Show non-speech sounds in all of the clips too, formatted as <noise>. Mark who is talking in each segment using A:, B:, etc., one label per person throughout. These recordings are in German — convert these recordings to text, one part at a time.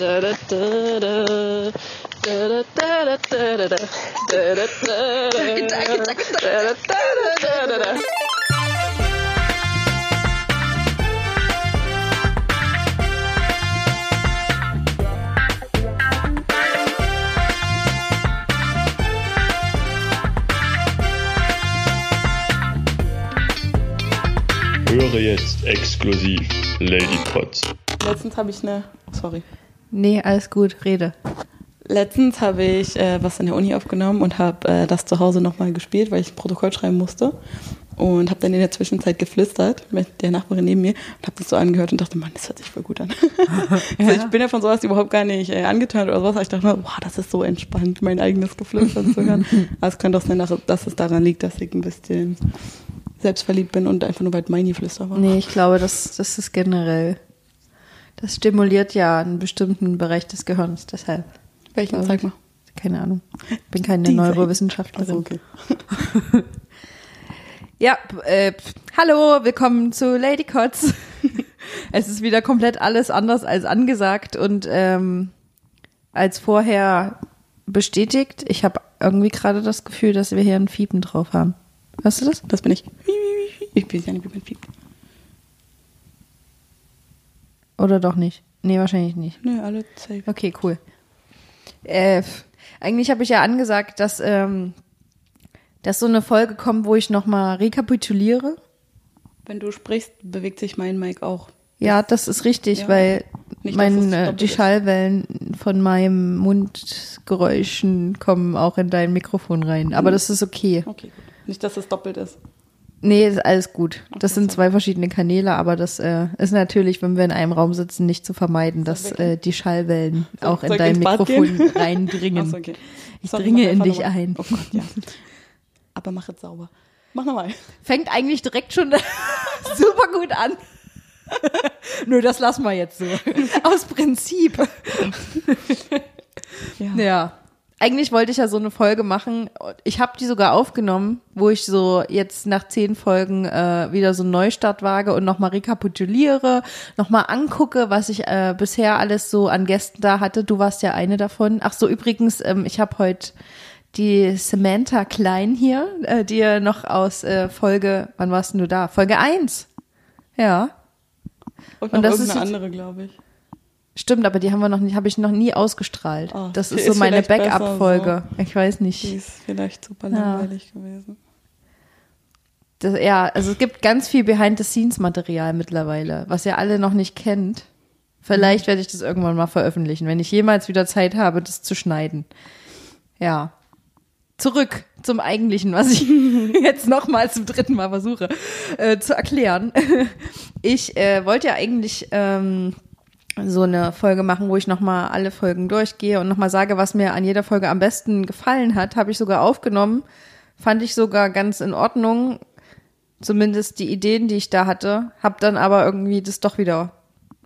A: Da, da, da, da. Da, da, da, da, da, da. Da, da, da, da. Da, da, da, da, da, da.
B: Höre jetzt exklusiv Lady Pots.
C: Letztens habe ich eine. Oh, sorry.
D: Nee, alles gut, rede.
C: Letztens habe ich äh, was in der Uni aufgenommen und habe äh, das zu Hause nochmal gespielt, weil ich ein Protokoll schreiben musste. Und habe dann in der Zwischenzeit geflüstert mit der Nachbarin neben mir und habe das so angehört und dachte, Mann, das hört sich voll gut an. <laughs> also ich bin ja von sowas überhaupt gar nicht äh, angetönt oder sowas. Aber Ich dachte, mir, wow, das ist so entspannt, mein eigenes Geflüster zu <laughs> hören. Aber es könnte auch sein, dass- dass es daran liegt, dass ich ein bisschen selbstverliebt bin und einfach nur bald mein Geflüster war.
D: Nee, ich glaube, das, das ist generell. Das stimuliert ja einen bestimmten Bereich des Gehirns, deshalb.
C: Welchen? Zeig mal.
D: Keine Ahnung. Ich bin keine
C: Die
D: Neurowissenschaftlerin.
C: Also okay.
D: Ja, p- äh, pf, hallo, willkommen zu Lady Kotz. <laughs> es ist wieder komplett alles anders als angesagt und ähm, als vorher bestätigt. Ich habe irgendwie gerade das Gefühl, dass wir hier ein Fiepen drauf haben. Hast du das?
C: Das bin ich. Ich bin ja nicht, wie man fiebt.
D: Oder doch nicht? Nee, wahrscheinlich nicht.
C: Nö, alle zeigen.
D: Okay, cool. Äh, f- eigentlich habe ich ja angesagt, dass, ähm, dass so eine Folge kommt, wo ich nochmal rekapituliere.
C: Wenn du sprichst, bewegt sich mein Mic auch.
D: Ja, das ist richtig,
C: Ja.
D: weil
C: Nicht, dass es
D: mein, äh,
C: doppelt
D: die
C: ist.
D: Schallwellen von meinem Mundgeräuschen kommen auch in dein Mikrofon rein. Aber das ist okay.
C: Okay, gut. Nicht, dass es doppelt ist.
D: Nee, ist alles gut. Das
C: Okay,
D: sind
C: so.
D: zwei verschiedene Kanäle, aber das äh, ist natürlich, wenn wir in einem Raum sitzen, nicht zu vermeiden, dass
C: wirklich?
D: äh, die Schallwellen
C: Soll-
D: auch in
C: soll ich
D: dein
C: ins Bad
D: Mikrofon
C: gehen?
D: reindringen.
C: Ach so, okay.
D: Ich
C: Sorry,
D: dringe
C: mach
D: in
C: einfach
D: dich
C: nochmal.
D: ein.
C: Oh Gott, ja. Aber mach jetzt sauber. Mach nochmal.
D: fängt eigentlich direkt schon <laughs> super gut an. <laughs> Nur das lassen wir jetzt so. Aus Prinzip.
C: Ja.
D: Ja. Eigentlich wollte ich ja so eine Folge machen. Ich habe die sogar aufgenommen, wo ich so jetzt nach zehn Folgen äh, wieder so einen Neustart wage und nochmal rekapituliere, nochmal angucke, was ich äh, bisher alles so an Gästen da hatte. Du warst ja eine davon. Ach so, übrigens, ähm, ich habe heute die Samantha Klein hier, äh, die ja noch aus äh, Folge, wann warst denn du da? Folge eins. Ja.
C: Und,
D: Und
C: noch
D: das ist
C: irgendeine
D: jetzt-
C: andere, glaube ich.
D: Stimmt, aber die haben wir noch nie, habe ich noch nie ausgestrahlt.
C: Ah,
D: das
C: die
D: ist so
C: ist
D: meine
C: vielleicht besser
D: Backup-Folge. Ich weiß
C: Die
D: nicht.
C: ist vielleicht super
D: Ja.
C: langweilig gewesen.
D: Das, ja, also es gibt ganz viel Behind-the-Scenes-Material mittlerweile, was ihr alle noch nicht kennt. Vielleicht werde ich das irgendwann mal veröffentlichen, wenn ich jemals wieder Zeit habe, das zu schneiden. Ja. Zurück zum Eigentlichen, was ich <laughs> jetzt nochmal zum dritten Mal versuche äh, zu erklären. <laughs> Ich äh, wollte ja eigentlich ähm, so eine Folge machen, wo ich nochmal alle Folgen durchgehe und nochmal sage, was mir an jeder Folge am besten gefallen hat. Habe ich sogar aufgenommen. Fand ich sogar ganz in Ordnung. Zumindest die Ideen, die ich da hatte. Hab dann aber irgendwie das doch wieder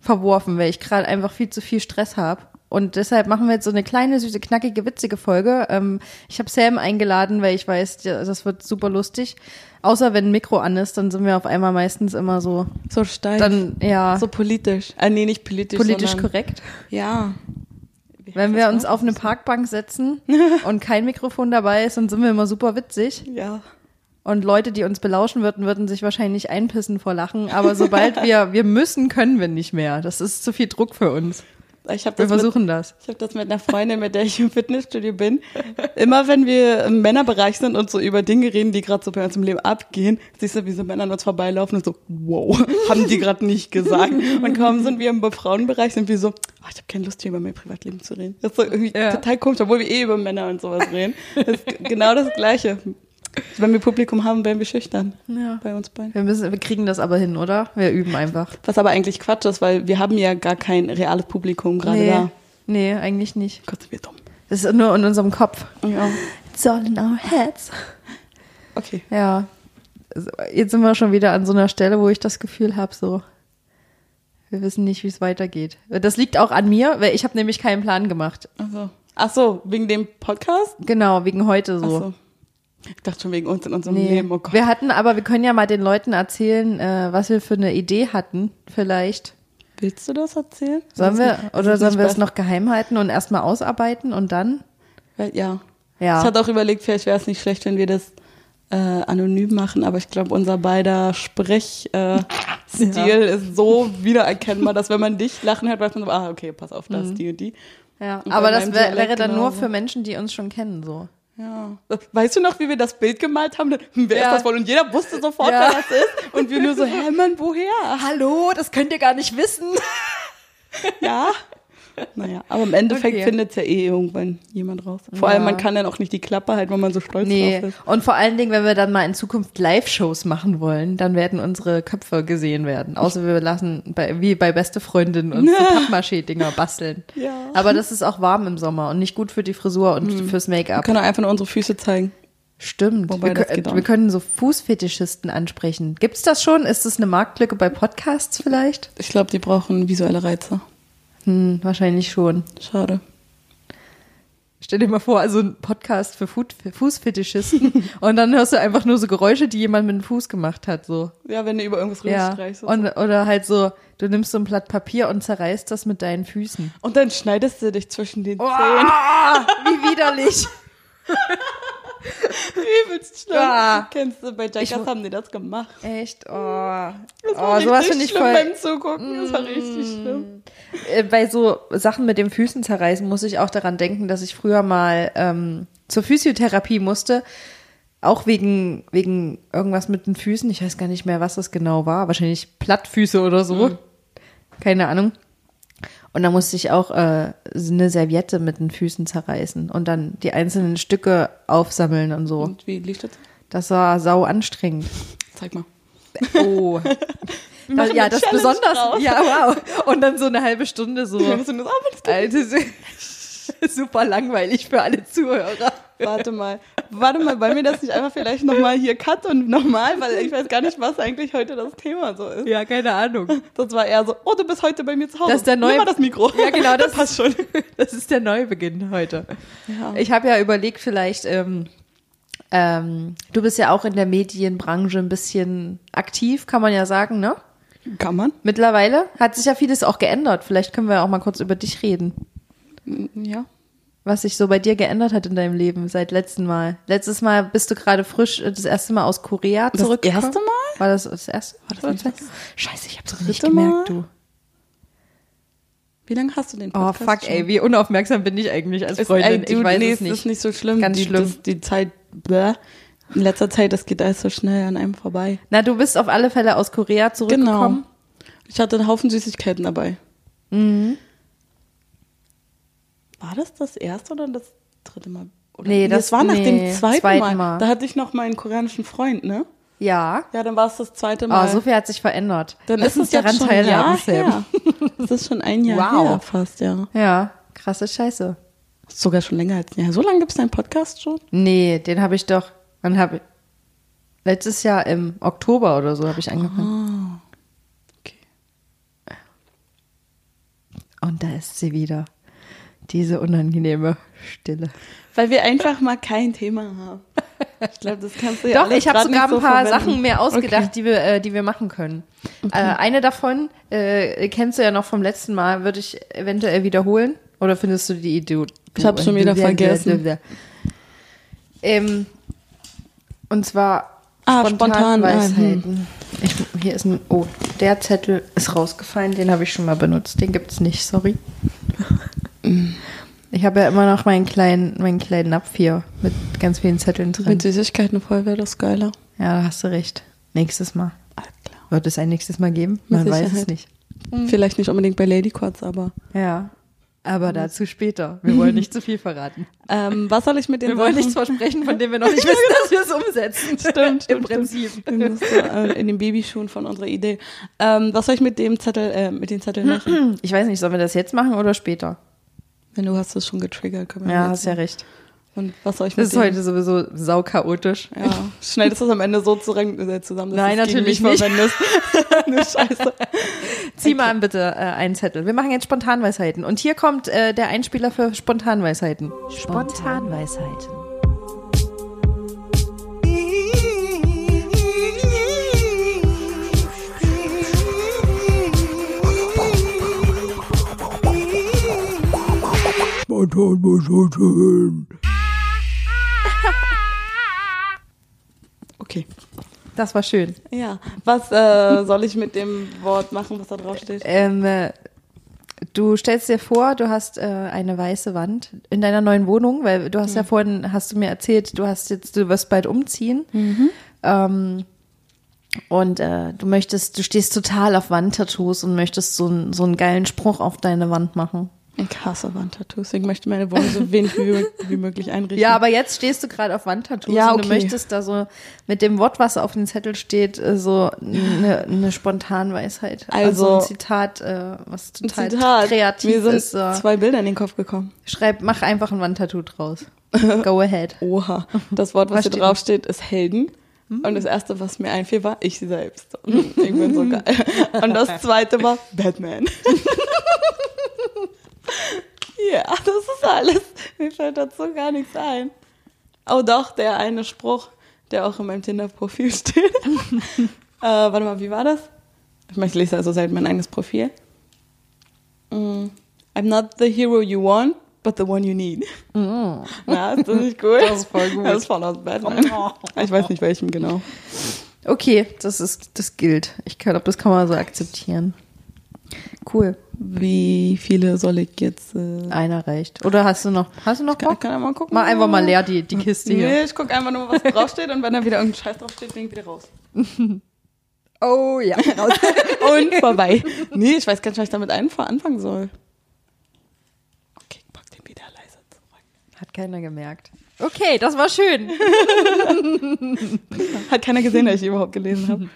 D: verworfen, weil ich gerade einfach viel zu viel Stress habe. Und deshalb machen wir jetzt so eine kleine, süße, knackige, witzige Folge. Ähm, ich habe Sam eingeladen, weil ich weiß, ja, das wird super lustig. Außer wenn ein Mikro an ist, dann sind wir auf einmal meistens immer so
C: So steif.
D: dann ja
C: so politisch. Ah, nee, nicht politisch.
D: politisch
C: sondern,
D: korrekt.
C: Ja. Wie
D: Wenn
C: heißt
D: wir
C: das
D: uns
C: noch?
D: auf eine Parkbank
C: <laughs>
D: setzen und kein Mikrofon dabei ist, dann sind wir immer super witzig.
C: Ja.
D: Und Leute, die uns belauschen würden, würden sich wahrscheinlich einpissen vor Lachen. Aber sobald <laughs> wir, wir müssen, können wir nicht mehr. Das ist zu viel Druck für uns.
C: Ich habe
D: Wir
C: das mit
D: versuchen das.
C: Ich habe das mit einer Freundin, mit der ich im Fitnessstudio bin. Immer wenn wir im Männerbereich sind und so über Dinge reden, die gerade so bei uns im Leben abgehen, siehst du, wie so Männer an uns vorbeilaufen und so, wow, <laughs> haben die gerade nicht gesagt. Und kaum sind wir im Frauenbereich, sind wir so, oh, ich habe keine Lust, hier über mein Privatleben zu reden. Das ist so irgendwie
D: Ja.
C: total komisch, obwohl wir eh über Männer und sowas reden. Das ist g- genau das Gleiche. Wenn wir Publikum haben, werden wir schüchtern.
D: Ja.
C: Bei uns beiden.
D: Wir, müssen, wir kriegen das aber hin, oder? Wir üben einfach.
C: Was aber eigentlich Quatsch ist, weil wir haben ja gar kein reales Publikum gerade da.
D: nee, eigentlich nicht.
C: Gott, sind wir dumm.
D: Das ist nur in unserem Kopf.
C: Ja.
D: It's all in our heads.
C: Okay.
D: Ja. Also, Jetzt sind wir schon wieder an so einer Stelle, wo ich das Gefühl habe, so, wir wissen nicht, wie es weitergeht. Das liegt auch an mir, weil ich habe nämlich keinen Plan gemacht.
C: Ach so. Ach so, wegen dem Podcast?
D: Genau, wegen heute
C: Ach
D: so.
C: so. Ich dachte schon wegen uns in unserem
D: Nee.
C: Leben. Oh Gott.
D: wir hatten, aber wir können ja mal den Leuten erzählen, äh, was wir für eine Idee hatten, vielleicht.
C: Willst du das erzählen?
D: Sollen wir, oder sollen wir es
C: das
D: noch geheim halten und erstmal ausarbeiten und dann?
C: Ja.
D: Ja.
C: Ich hatte auch überlegt, vielleicht wäre es nicht schlecht, wenn wir das äh, anonym machen, aber ich glaube, unser beider Sprechstil
D: <laughs>
C: äh, Stil ist so wiedererkennbar, dass wenn man dich lachen hört, weiß man so, ah, okay, pass auf, das, ist die und die.
D: Mhm. Ja,
C: Und bei
D: aber das
C: meinem
D: wär,
C: Dialekt
D: wäre dann nur
C: genauso.
D: für Menschen, die uns schon kennen, so.
C: Ja. Weißt du noch, wie wir das Bild gemalt haben? Hm, Wer
D: Ja.
C: ist das wohl? Und jeder wusste sofort,
D: Ja.
C: wer das ist. Und wir nur so, hä, Mann, woher?
D: Ah, Hallo, das könnt ihr gar nicht wissen.
C: Ja. Naja, aber im Endeffekt
D: Okay.
C: findet es ja eh irgendwann jemand raus. Vor
D: Ja.
C: allem, man kann dann auch nicht die Klappe halten, weil man so stolz drauf
D: <laughs> Nee,
C: ist.
D: und vor allen Dingen, wenn wir dann mal in Zukunft Live-Shows machen wollen, dann werden unsere Köpfe gesehen werden. Außer wir lassen, bei, wie bei beste Freundin, uns <laughs> so Pappmaché-Dinger basteln.
C: Ja.
D: Aber das ist auch warm im Sommer und nicht gut für die Frisur und fürs
C: Wir
D: Make-up.
C: können auch einfach nur unsere Füße zeigen.
D: Stimmt.
C: Wobei,
D: wir,
C: das
D: kö-
C: geht auch.
D: wir können so Fußfetischisten ansprechen. Gibt's das schon? Ist das eine Marktlücke bei Podcasts vielleicht?
C: Ich glaube, die brauchen visuelle Reize.
D: Hm, wahrscheinlich schon.
C: Schade.
D: Stell dir mal vor, also ein Podcast für Fu- für Fußfetischisten <laughs> und dann hörst du einfach nur so Geräusche, die jemand mit dem Fuß gemacht hat, so.
C: Ja, wenn du über irgendwas
D: Ja.
C: rüberstreichst. Und,
D: Und, oder halt so, du nimmst so ein Blatt Papier und zerreißt das mit deinen Füßen.
C: und dann schneidest du dich zwischen den Zähnen.
D: Ah, <laughs> wie widerlich.
C: <laughs> Übelst schlimm.
D: Ah.
C: Kennst du, bei
D: mu-
C: Jackass haben die das gemacht.
D: Echt? Oh, oh
C: Das war
D: sowas
C: richtig
D: finde ich
C: schlimm
D: voll. Mm.
C: beim Zugucken. Das war richtig schlimm.
D: Äh, Bei so Sachen mit den Füßen zerreißen muss ich auch daran denken, dass ich früher mal ähm, zur Physiotherapie musste. Auch wegen, wegen irgendwas mit den Füßen. Ich weiß gar nicht mehr, was das genau war. Wahrscheinlich Plattfüße oder so.
C: Hm.
D: Keine Ahnung. Und da musste ich auch äh, eine Serviette mit den Füßen zerreißen und dann die einzelnen Stücke aufsammeln und so.
C: Und wie lief das?
D: Das war sau anstrengend.
C: Zeig mal.
D: <laughs> Oh. Da,
C: machen
D: ja,
C: eine
D: das
C: Challenge
D: besonders.
C: draus.
D: Ja, wow. Und dann so eine halbe Stunde so.
C: Wir müssen das auch mit-
D: Alter, super langweilig für alle Zuhörer.
C: Warte mal, warte mal, wollen wir das nicht einfach vielleicht nochmal hier cut und nochmal, weil ich weiß gar nicht, was eigentlich heute das Thema so ist.
D: Ja, keine Ahnung.
C: Das war eher so, oh, du bist heute bei mir zu Hause.
D: Das ist der neue-
C: Nimm mal das Mikro.
D: Ja, genau, das-
C: das <laughs> passt schon.
D: Das ist der Neubeginn heute.
C: Ja.
D: Ich habe ja überlegt, vielleicht, ähm, ähm, du bist ja auch in der Medienbranche ein bisschen aktiv, kann man ja sagen, ne?
C: Kann man?
D: Mittlerweile hat sich ja vieles auch geändert. Vielleicht können wir auch mal kurz über dich reden.
C: Ja.
D: was sich so bei dir geändert hat in deinem Leben seit letztem Mal. Letztes Mal bist du gerade frisch äh, das erste Mal aus Korea
C: Das
D: zurückgekommen.
C: erste Mal?
D: War das das erste? War das
C: War
D: nicht
C: das-
D: das? Scheiße, ich hab's nicht
C: dritte Mal?
D: gemerkt, du.
C: Wie lange hast du den
D: Oh
C: Podcast
D: fuck,
C: schon?
D: ey, wie unaufmerksam bin ich eigentlich als
C: Ist,
D: Freundin?
C: ey, dude,
D: ich weiß
C: nee,
D: es nicht.
C: ist nicht so schlimm.
D: Ganz
C: die,
D: schlimm.
C: Das, die Zeit, bläh. In letzter Zeit, das geht alles so schnell an einem vorbei.
D: Na, du bist auf alle Fälle aus Korea zurückgekommen.
C: Genau. Ich hatte einen Haufen Süßigkeiten dabei.
D: Mhm.
C: War das das erste oder das dritte Mal? Oder
D: Genau. Nee, das-
C: war nach
D: nee,
C: dem zweiten,
D: zweiten
C: Mal.
D: Mal.
C: Da hatte ich noch meinen koreanischen Freund, ne?
D: Ja.
C: Ja, dann war es das zweite
D: Oh,
C: Mal.
D: so viel hat sich verändert.
C: dann
D: Lass
C: ist es
D: daran
C: jetzt schon ein
D: teilhaben,
C: Jahr
D: Sam.
C: her. <laughs> Es ist schon ein Jahr
D: Wow.
C: her fast, ja.
D: Ja, krasse Scheiße.
C: Sogar schon länger als ein Jahr. So lange gibt es deinen Podcast schon?
D: Nee, den habe ich doch, wann habe ich, letztes Jahr im Oktober oder so habe ich angefangen. Ah,
C: Okay.
D: Und da ist sie wieder. Diese unangenehme Stille.
C: Weil wir einfach mal kein Thema haben. Ich glaube, das kannst du ja
D: Doch,
C: alles
D: ich habe
C: grad
D: sogar ein
C: nicht so
D: paar
C: verwenden.
D: Sachen mir ausgedacht,
C: Okay.
D: die, wir, äh, die wir machen können. Äh, eine davon äh, kennst du ja noch vom letzten Mal, würde ich eventuell wiederholen. Oder findest du die Idee?
C: Ich hab's schon wieder vergessen.
D: Ähm, und zwar
C: Ah, spontan, ah,
D: Spontanweisheiten. Ich, hier ist ein. Oh, der Zettel ist rausgefallen, den habe ich schon mal benutzt. Den gibt's nicht,
C: <laughs>
D: sorry. Ich habe ja immer noch meinen kleinen, meinen kleinen Napf hier mit ganz vielen Zetteln drin.
C: Mit Süßigkeiten voll wäre das geiler.
D: Ja, da hast du recht. Nächstes Mal.
C: Alles klar.
D: Wird es ein nächstes Mal geben?
C: Mit
D: Man weiß es
C: Sicherheit.
D: nicht.
C: Vielleicht nicht unbedingt bei Lady Quads, aber.
D: Ja. Aber dazu später. Wir wollen nicht zu viel <laughs> verraten.
C: Ähm, was soll ich
D: <laughs>
C: mit den
D: Wir wollen
C: Sachen-
D: nichts versprechen, von dem <laughs> wir noch nicht wissen, dass wir es <laughs> umsetzen.
C: Stimmt,
D: Im
C: stimmt,
D: Prinzip.
C: stimmt. Wir mussten, äh, in den Babyschuhen von unserer Idee. Ähm, was soll ich mit dem Zettel, äh, mit den Zetteln
D: Hm.
C: machen?
D: <clears throat> Ich weiß nicht, sollen wir das jetzt machen oder später?
C: Wenn du hast es schon getriggert, können wir
D: Ja,
C: jetzt-
D: hast ja recht.
C: Und was soll ich
D: Das
C: mit
D: ist
C: dem?
D: heute sowieso sauchaotisch.
C: ja, schneidest du es am Ende so zusammen, äh, zusammen dass
D: Nein,
C: du es gegen
D: natürlich
C: mich
D: nicht. <laughs>
C: verwendest. Eine Scheiße.
D: Zieh mal an, bitte äh, einen Zettel. Wir machen jetzt Spontanweisheiten. Und hier kommt äh, der Einspieler für Spontanweisheiten.
E: Spontanweisheiten.
C: Okay.
D: Das war schön.
C: Ja. Was äh, soll ich mit dem Wort machen, was da draufsteht?
D: Ähm, äh, du stellst dir vor, du hast äh, eine weiße Wand in deiner neuen Wohnung, weil du hast ja vorhin, hast du mir erzählt, du hast jetzt, du wirst bald umziehen. Ähm, und äh, du möchtest, du stehst total auf Wandtattoos und möchtest so, einen- so einen geilen Spruch auf deine Wand machen.
C: Ich hasse Wandtattoos, deswegen möchte meine Wohnung so wenig wie, wie möglich einrichten.
D: Ja, aber jetzt stehst du gerade auf Wandtattoos
C: Ja,
D: und du
C: okay.
D: möchtest da so mit dem Wort, was auf dem Zettel steht, äh, so eine, eine Spontanweisheit.
C: Also,
D: ein Zitat, äh, was
C: ein
D: total
C: Zitat.
D: kreativ
C: Mir sind
D: ist. äh,
C: zwei Bilder in den Kopf gekommen.
D: Schreib, mach einfach ein Wandtattoo draus. Go ahead.
C: halt, Oha. Das Wort, was,
D: Was
C: hier
D: steht
C: draufsteht, ist Helden. Und das erste, was mir einfiel, war ich selbst. Ich bin so geil. Und das zweite war Batman. Ja, das ist alles. Mir fällt dazu gar nichts ein. Oh doch, der eine Spruch, der auch in meinem Tinder-Profil <laughs> steht. äh, warte mal, wie war das? Ich meine, ich lese also selten mein eigenes Profil. Mm. I'm not the hero you want, but the one you need. Na, ist das nicht gut? Das ist voll gut. Das ist voll aus <laughs> Batman. Ich weiß nicht welchem genau.
D: Okay, das ist, das gilt. Ich glaube, das kann man so akzeptieren. Cool.
C: Wie viele soll ich jetzt... Äh,
D: Einer reicht. Oder hast du noch, hast du noch
C: kann,
D: Bock?
C: kann er mal gucken?
D: Mal einfach mal leer die, die Kiste hier.
C: Nee, ich guck einfach nur, was draufsteht und wenn da wieder irgendein Scheiß draufsteht, bin ich wieder raus. <laughs>
D: Oh ja.
C: Und vorbei. Nee, ich weiß gar nicht, was ich damit einfach anfangen soll. Okay, ich pack den wieder leise zurück.
D: Hat keiner gemerkt. Okay, das war schön.
C: Hat keiner gesehen, dass ich überhaupt gelesen habe.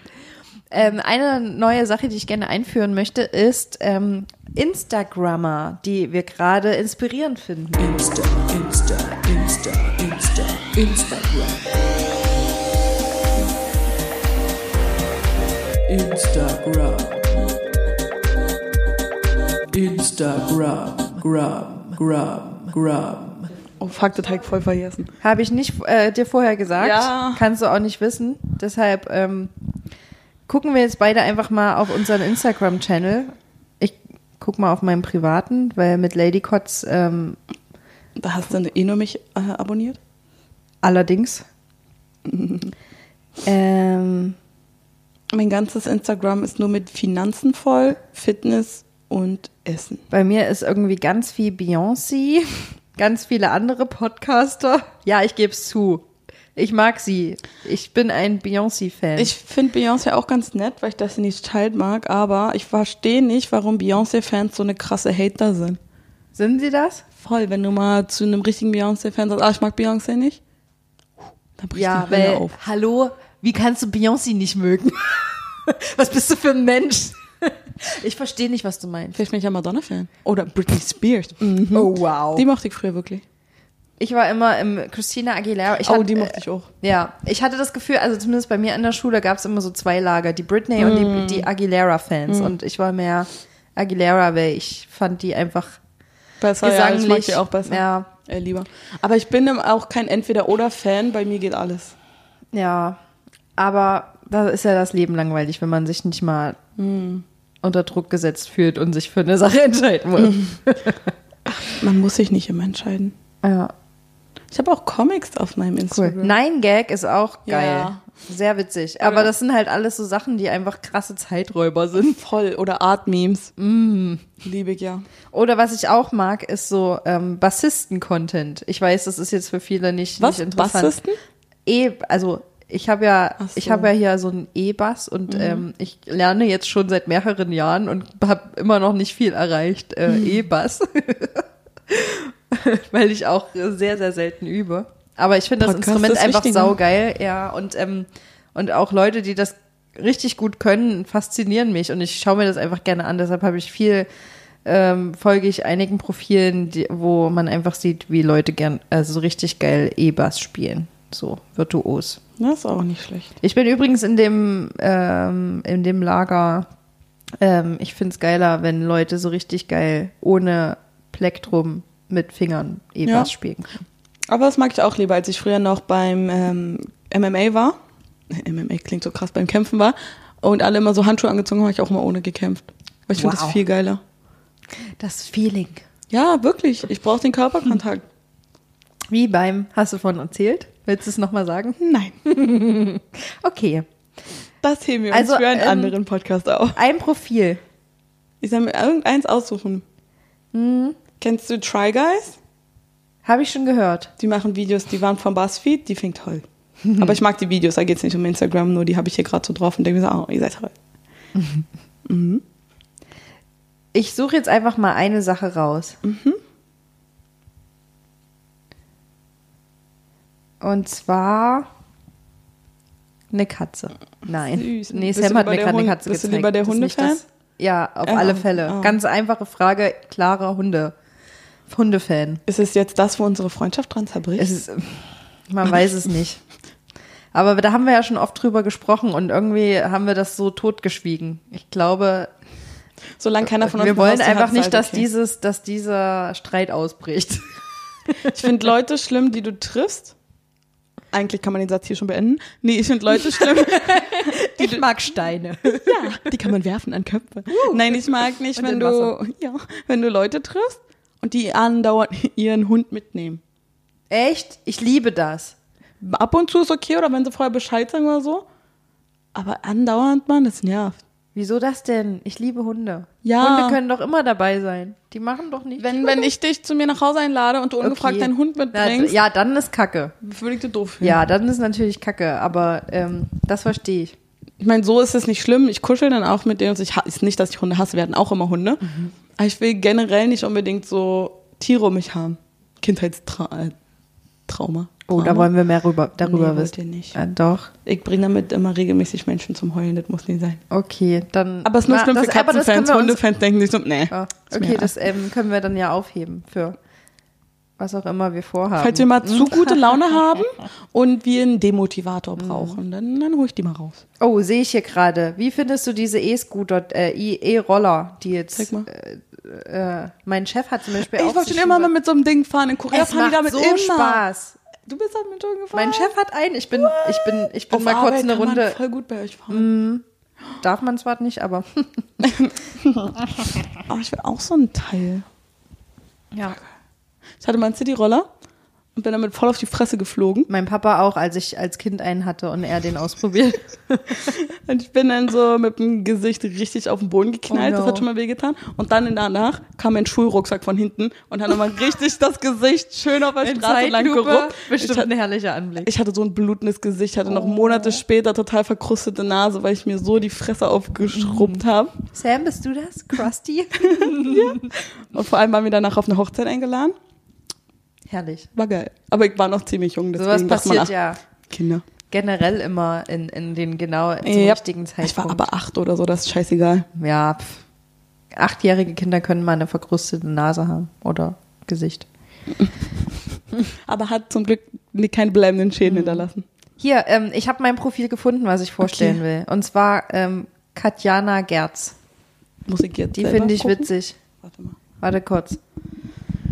D: Ähm, eine neue Sache, die ich gerne einführen möchte, ist ähm, Instagrammer, die wir gerade inspirierend finden.
F: Instagram. Instagram. Gram. Gram. Gram.
C: Oh fuck, das hab ich voll vergessen.
D: Habe ich nicht äh, dir vorher gesagt.
C: Ja.
D: Kannst du auch nicht wissen. Deshalb ähm, gucken wir jetzt beide einfach mal auf unseren Instagram-Channel. Ich guck mal auf meinen privaten, weil mit Lady Kotz ähm,
C: Da hast du eh nur mich äh, abonniert? <laughs>
D: allerdings. ähm,
C: Mein ganzes Instagram ist nur mit Finanzen voll, Fitness und Essen.
D: bei mir ist irgendwie ganz viel Beyoncé, <laughs> ganz viele andere Podcaster. Ja, ich gebe es zu. Ich mag sie. Ich bin ein Beyoncé-Fan.
C: Ich finde Beyoncé auch ganz nett, weil ich das nicht teilt mag, aber ich verstehe nicht, warum Beyoncé-Fans so eine krasse Hater sind.
D: Sind sie das?
C: Voll, wenn du mal zu einem richtigen Beyoncé-Fan sagst, ah, ich mag Beyoncé nicht, dann bricht
D: Ja,
C: die Hölle
D: weil,
C: auf.
D: hallo, wie kannst du Beyoncé nicht mögen? <laughs> was bist du für ein Mensch? <laughs> ich verstehe nicht, was du meinst.
C: Vielleicht bin ich ja Madonna-Fan. Oder Britney Spears. Mhm.
D: Oh, wow.
C: Die mochte ich früher wirklich.
D: Ich war immer im Christina Aguilera. Ich
C: oh,
D: hatte-
C: die mochte ich auch.
D: äh, Ja, ich hatte das Gefühl, also zumindest bei mir an der Schule gab es immer so zwei Lager, die Britney
C: Mm.
D: und die, die Aguilera-Fans. Und ich war mehr Aguilera, weil ich fand die einfach
C: Besser, ja, ich mag
D: gesanglich-
C: die auch besser.
D: Ja.
C: Äh, lieber. Aber ich bin eben auch kein Entweder-Oder-Fan, bei mir geht alles.
D: Ja, aber da ist ja das Leben langweilig, wenn man sich nicht mal
C: Hm.
D: unter Druck gesetzt fühlt und sich für eine <laughs> Sache
C: <laughs>
D: entscheiden muss.
C: Man muss sich nicht immer entscheiden.
D: Ja,
C: Ich habe auch Comics auf meinem
D: cool.
C: Instagram.
D: Nein Gag ist auch geil.
C: Ja.
D: Sehr witzig. Aber das sind halt alles so Sachen, die einfach krasse Zeiträuber sind.
C: Voll. Oder Art-Memes.
D: Mm.
C: Liebe ich ja.
D: Oder was ich auch mag, ist so ähm, Bassisten-Content. Ich weiß, das ist jetzt für viele nicht,
C: Was?
D: nicht interessant.
C: Bassisten?
D: E, also ich habe ja,
C: Ach so. Mhm.
D: ich habe ja hier so einen E-Bass und ähm, ich lerne jetzt schon seit mehreren Jahren und habe immer noch nicht viel erreicht äh,
C: Hm.
D: E-Bass, <laughs> weil ich auch äh, sehr sehr selten übe. Aber ich finde das
C: Podcast
D: Instrument
C: ist
D: einfach
C: wichtig, ne?
D: saugeil, ja und ähm, und auch Leute, die das richtig gut können, faszinieren mich und ich schaue mir das einfach gerne an. Deshalb habe ich viel ähm, folge ich einigen Profilen, die, wo man einfach sieht, wie Leute gern, also so richtig geil E-Bass spielen. So, virtuos.
C: Das ist auch nicht schlecht.
D: Ich bin übrigens in dem, ähm, in dem Lager, ähm, ich find's geiler, wenn Leute so richtig geil ohne Plektrum mit Fingern E-Bass
C: Ja.
D: spielen. können.
C: Aber das mag ich auch lieber, als ich früher noch beim ähm, MMA war. Äh, MMA klingt so krass, beim Kämpfen war. Und alle immer so Handschuhe angezogen haben, habe ich auch immer ohne gekämpft. Weil ich finde
D: Wow.
C: das viel geiler.
D: Das Feeling.
C: Ja, wirklich. Ich brauche den Körperkontakt.
D: Wie beim, hast du von erzählt? Willst du es nochmal sagen?
C: Nein.
D: Okay.
C: Das heben wir
D: Also,
C: uns für einen
D: ähm,
C: anderen Podcast auf.
D: Ein Profil.
C: Ich soll mir irgendeins aussuchen.
D: Mhm.
C: Kennst du Try Guys?
D: Habe ich schon gehört.
C: Die machen Videos, die waren von BuzzFeed, die fing
D: <laughs>
C: toll. Aber ich mag die Videos, da geht es nicht um Instagram, nur die habe ich hier gerade so drauf und denke mir so, oh, ihr seid toll.
D: Ich suche jetzt einfach mal eine Sache raus.
C: Mhm.
D: Und zwar eine Katze. Nein.
C: Süß.
D: Nee,
C: Bist
D: Sam
C: du
D: hat
C: lieber
D: mir
C: der
D: gerade eine
C: Hund-
D: Katze
C: bist du
D: gezeigt.
C: lieber der
D: Das ist nicht
C: Hundefan?
D: das- Ja, auf
C: Ah,
D: alle Fälle.
C: ah.
D: Ganz einfache Frage, klarer Hunde. Hundefan.
C: Ist es jetzt das, wo unsere Freundschaft dran zerbricht?
D: Es ist,
C: <laughs>
D: man weiß es nicht. Aber da haben wir ja schon oft drüber gesprochen und irgendwie haben wir das so totgeschwiegen. Ich glaube,
C: Solange keiner von uns
D: Äh, wir
C: eine
D: wollen
C: Haustier
D: einfach
C: hat,
D: nicht,
C: seid
D: dass
C: okay.
D: dieses, dass dieser
C: <laughs>
D: Streit ausbricht.
C: Ich finde Leute schlimm, die du triffst. Eigentlich kann man den Satz hier schon beenden. Nee, ich finde Leute schlimm,
D: Ich mag Steine.
C: <laughs> Ja, Uh. die kann man werfen an Köpfe. Nein, ich mag nicht,
D: Und
C: wenn
D: in
C: du, ja, wenn du Leute triffst und die andauernd <laughs> ihren Hund mitnehmen.
D: Echt? Ich liebe das.
C: Ab und zu ist okay, oder wenn sie vorher Bescheid sagen oder so. Aber andauernd, Mann, das nervt.
D: Wieso das denn? Ich liebe Hunde.
C: Ja.
D: Hunde können doch immer dabei sein. Die machen doch nicht.
C: Wenn, wenn ich dich zu mir nach Hause einlade und du ungefragt
D: Okay.
C: deinen Hund mitbringst,
D: Na, ja, dann ist Kacke.
C: würde ich dir doof finden.
D: Ja, dann ist natürlich Kacke, aber ähm, das verstehe ich.
C: Ich meine, so ist es nicht schlimm. Ich kuschel dann auch mit denen. und Ich ha- ist nicht, dass ich Hunde hasse, wir hatten auch immer Hunde.
D: Mhm.
C: Aber ich will generell nicht unbedingt so Tiere um mich haben. Kindheitstrauma. Äh, Trauma.
D: Oh, da
C: Trauma.
D: wollen wir mehr rüber, darüber
C: Nee, wollt
D: wissen.
C: ihr nicht.
D: Äh, doch.
C: Ich bringe damit immer regelmäßig Menschen zum Heulen, das muss nicht sein.
D: Okay, dann.
C: Aber es ist nur
D: Na,
C: schlimm für
D: das- aber das können
C: Katzenfans,
D: wir uns-
C: Hundefans denken sich so, nee.
D: Ah,
C: ist mir
D: okay,
C: egal.
D: das ähm, können wir dann ja aufheben für was auch immer wir vorhaben.
C: Falls wir mal zu gute
D: <laughs>
C: Laune haben und wir einen Demotivator
D: Mhm.
C: brauchen, dann, dann hole ich die mal raus.
D: oh, sehe ich hier gerade. Wie findest du diese E-Scooter, äh, I- E-Roller, die jetzt.
C: Zeig mal.
D: Äh, äh, mein Chef hat zum Beispiel auch.
C: Ich wollte
D: so
C: schon immer mal
D: Schuhe-
C: mit so einem Ding fahren. In Korea
D: Es
C: fahren
D: macht
C: die damit
D: so
C: immer.
D: Spaß.
C: Du bist damit schon gefahren.
D: Mein Chef hat einen. Ich bin, ich bin, ich bin
C: Auf
D: mal kurz
C: Arbeit
D: eine
C: kann man
D: Runde. Mm.
C: voll gut bei euch fahren.
D: Darf man zwar nicht, aber <laughs>
C: Aber ich will auch so ein Teil.
D: ja.
C: Ich hatte mal einen Cityroller und bin damit voll auf die Fresse geflogen.
D: Mein Papa auch, als ich als Kind einen hatte und er den
C: <laughs>
D: ausprobiert.
C: Und ich bin dann so mit dem Gesicht richtig auf den Boden geknallt.
D: Oh no.
C: Das hat schon mal wehgetan. Und dann danach kam mein Schulrucksack von hinten und hat nochmal richtig das Gesicht schön auf der
D: In
C: Straße lang
D: Zeitlupe.
C: geruppt. Ich,
D: Bestimmt Oh.
C: hat-
D: ein herrlicher Anblick.
C: ich hatte so ein blutendes Gesicht, hatte noch Monate später total verkrustete Nase, weil ich mir so die Fresse aufgeschrubbt
D: Mm.
C: habe.
D: Sam, bist du das?
C: <laughs>
D: Krusty?
C: Und vor allem waren wir danach auf eine Hochzeit eingeladen.
D: Herrlich.
C: War geil. Aber ich war noch ziemlich jung,
D: Sowas
C: deswegen dachte man,
D: passiert
C: ach,
D: ja
C: Kinder.
D: generell immer in, in den genau zum
C: Ja.
D: richtigen Zeitpunkt.
C: Ich war aber acht oder so, das ist scheißegal.
D: ja, pf. achtjährige Kinder können mal eine verkrustete Nase haben oder Gesicht.
C: Aber hat zum Glück nie- keine bleibenden Schäden
D: Mhm.
C: hinterlassen.
D: Hier, ähm, ich habe mein Profil gefunden, was ich vorstellen will. Und zwar ähm, Katjana Gerz.
C: Muss ich jetzt
D: Die
C: selber
D: finde ich
C: gucken?
D: witzig.
C: Warte mal.
D: Warte kurz.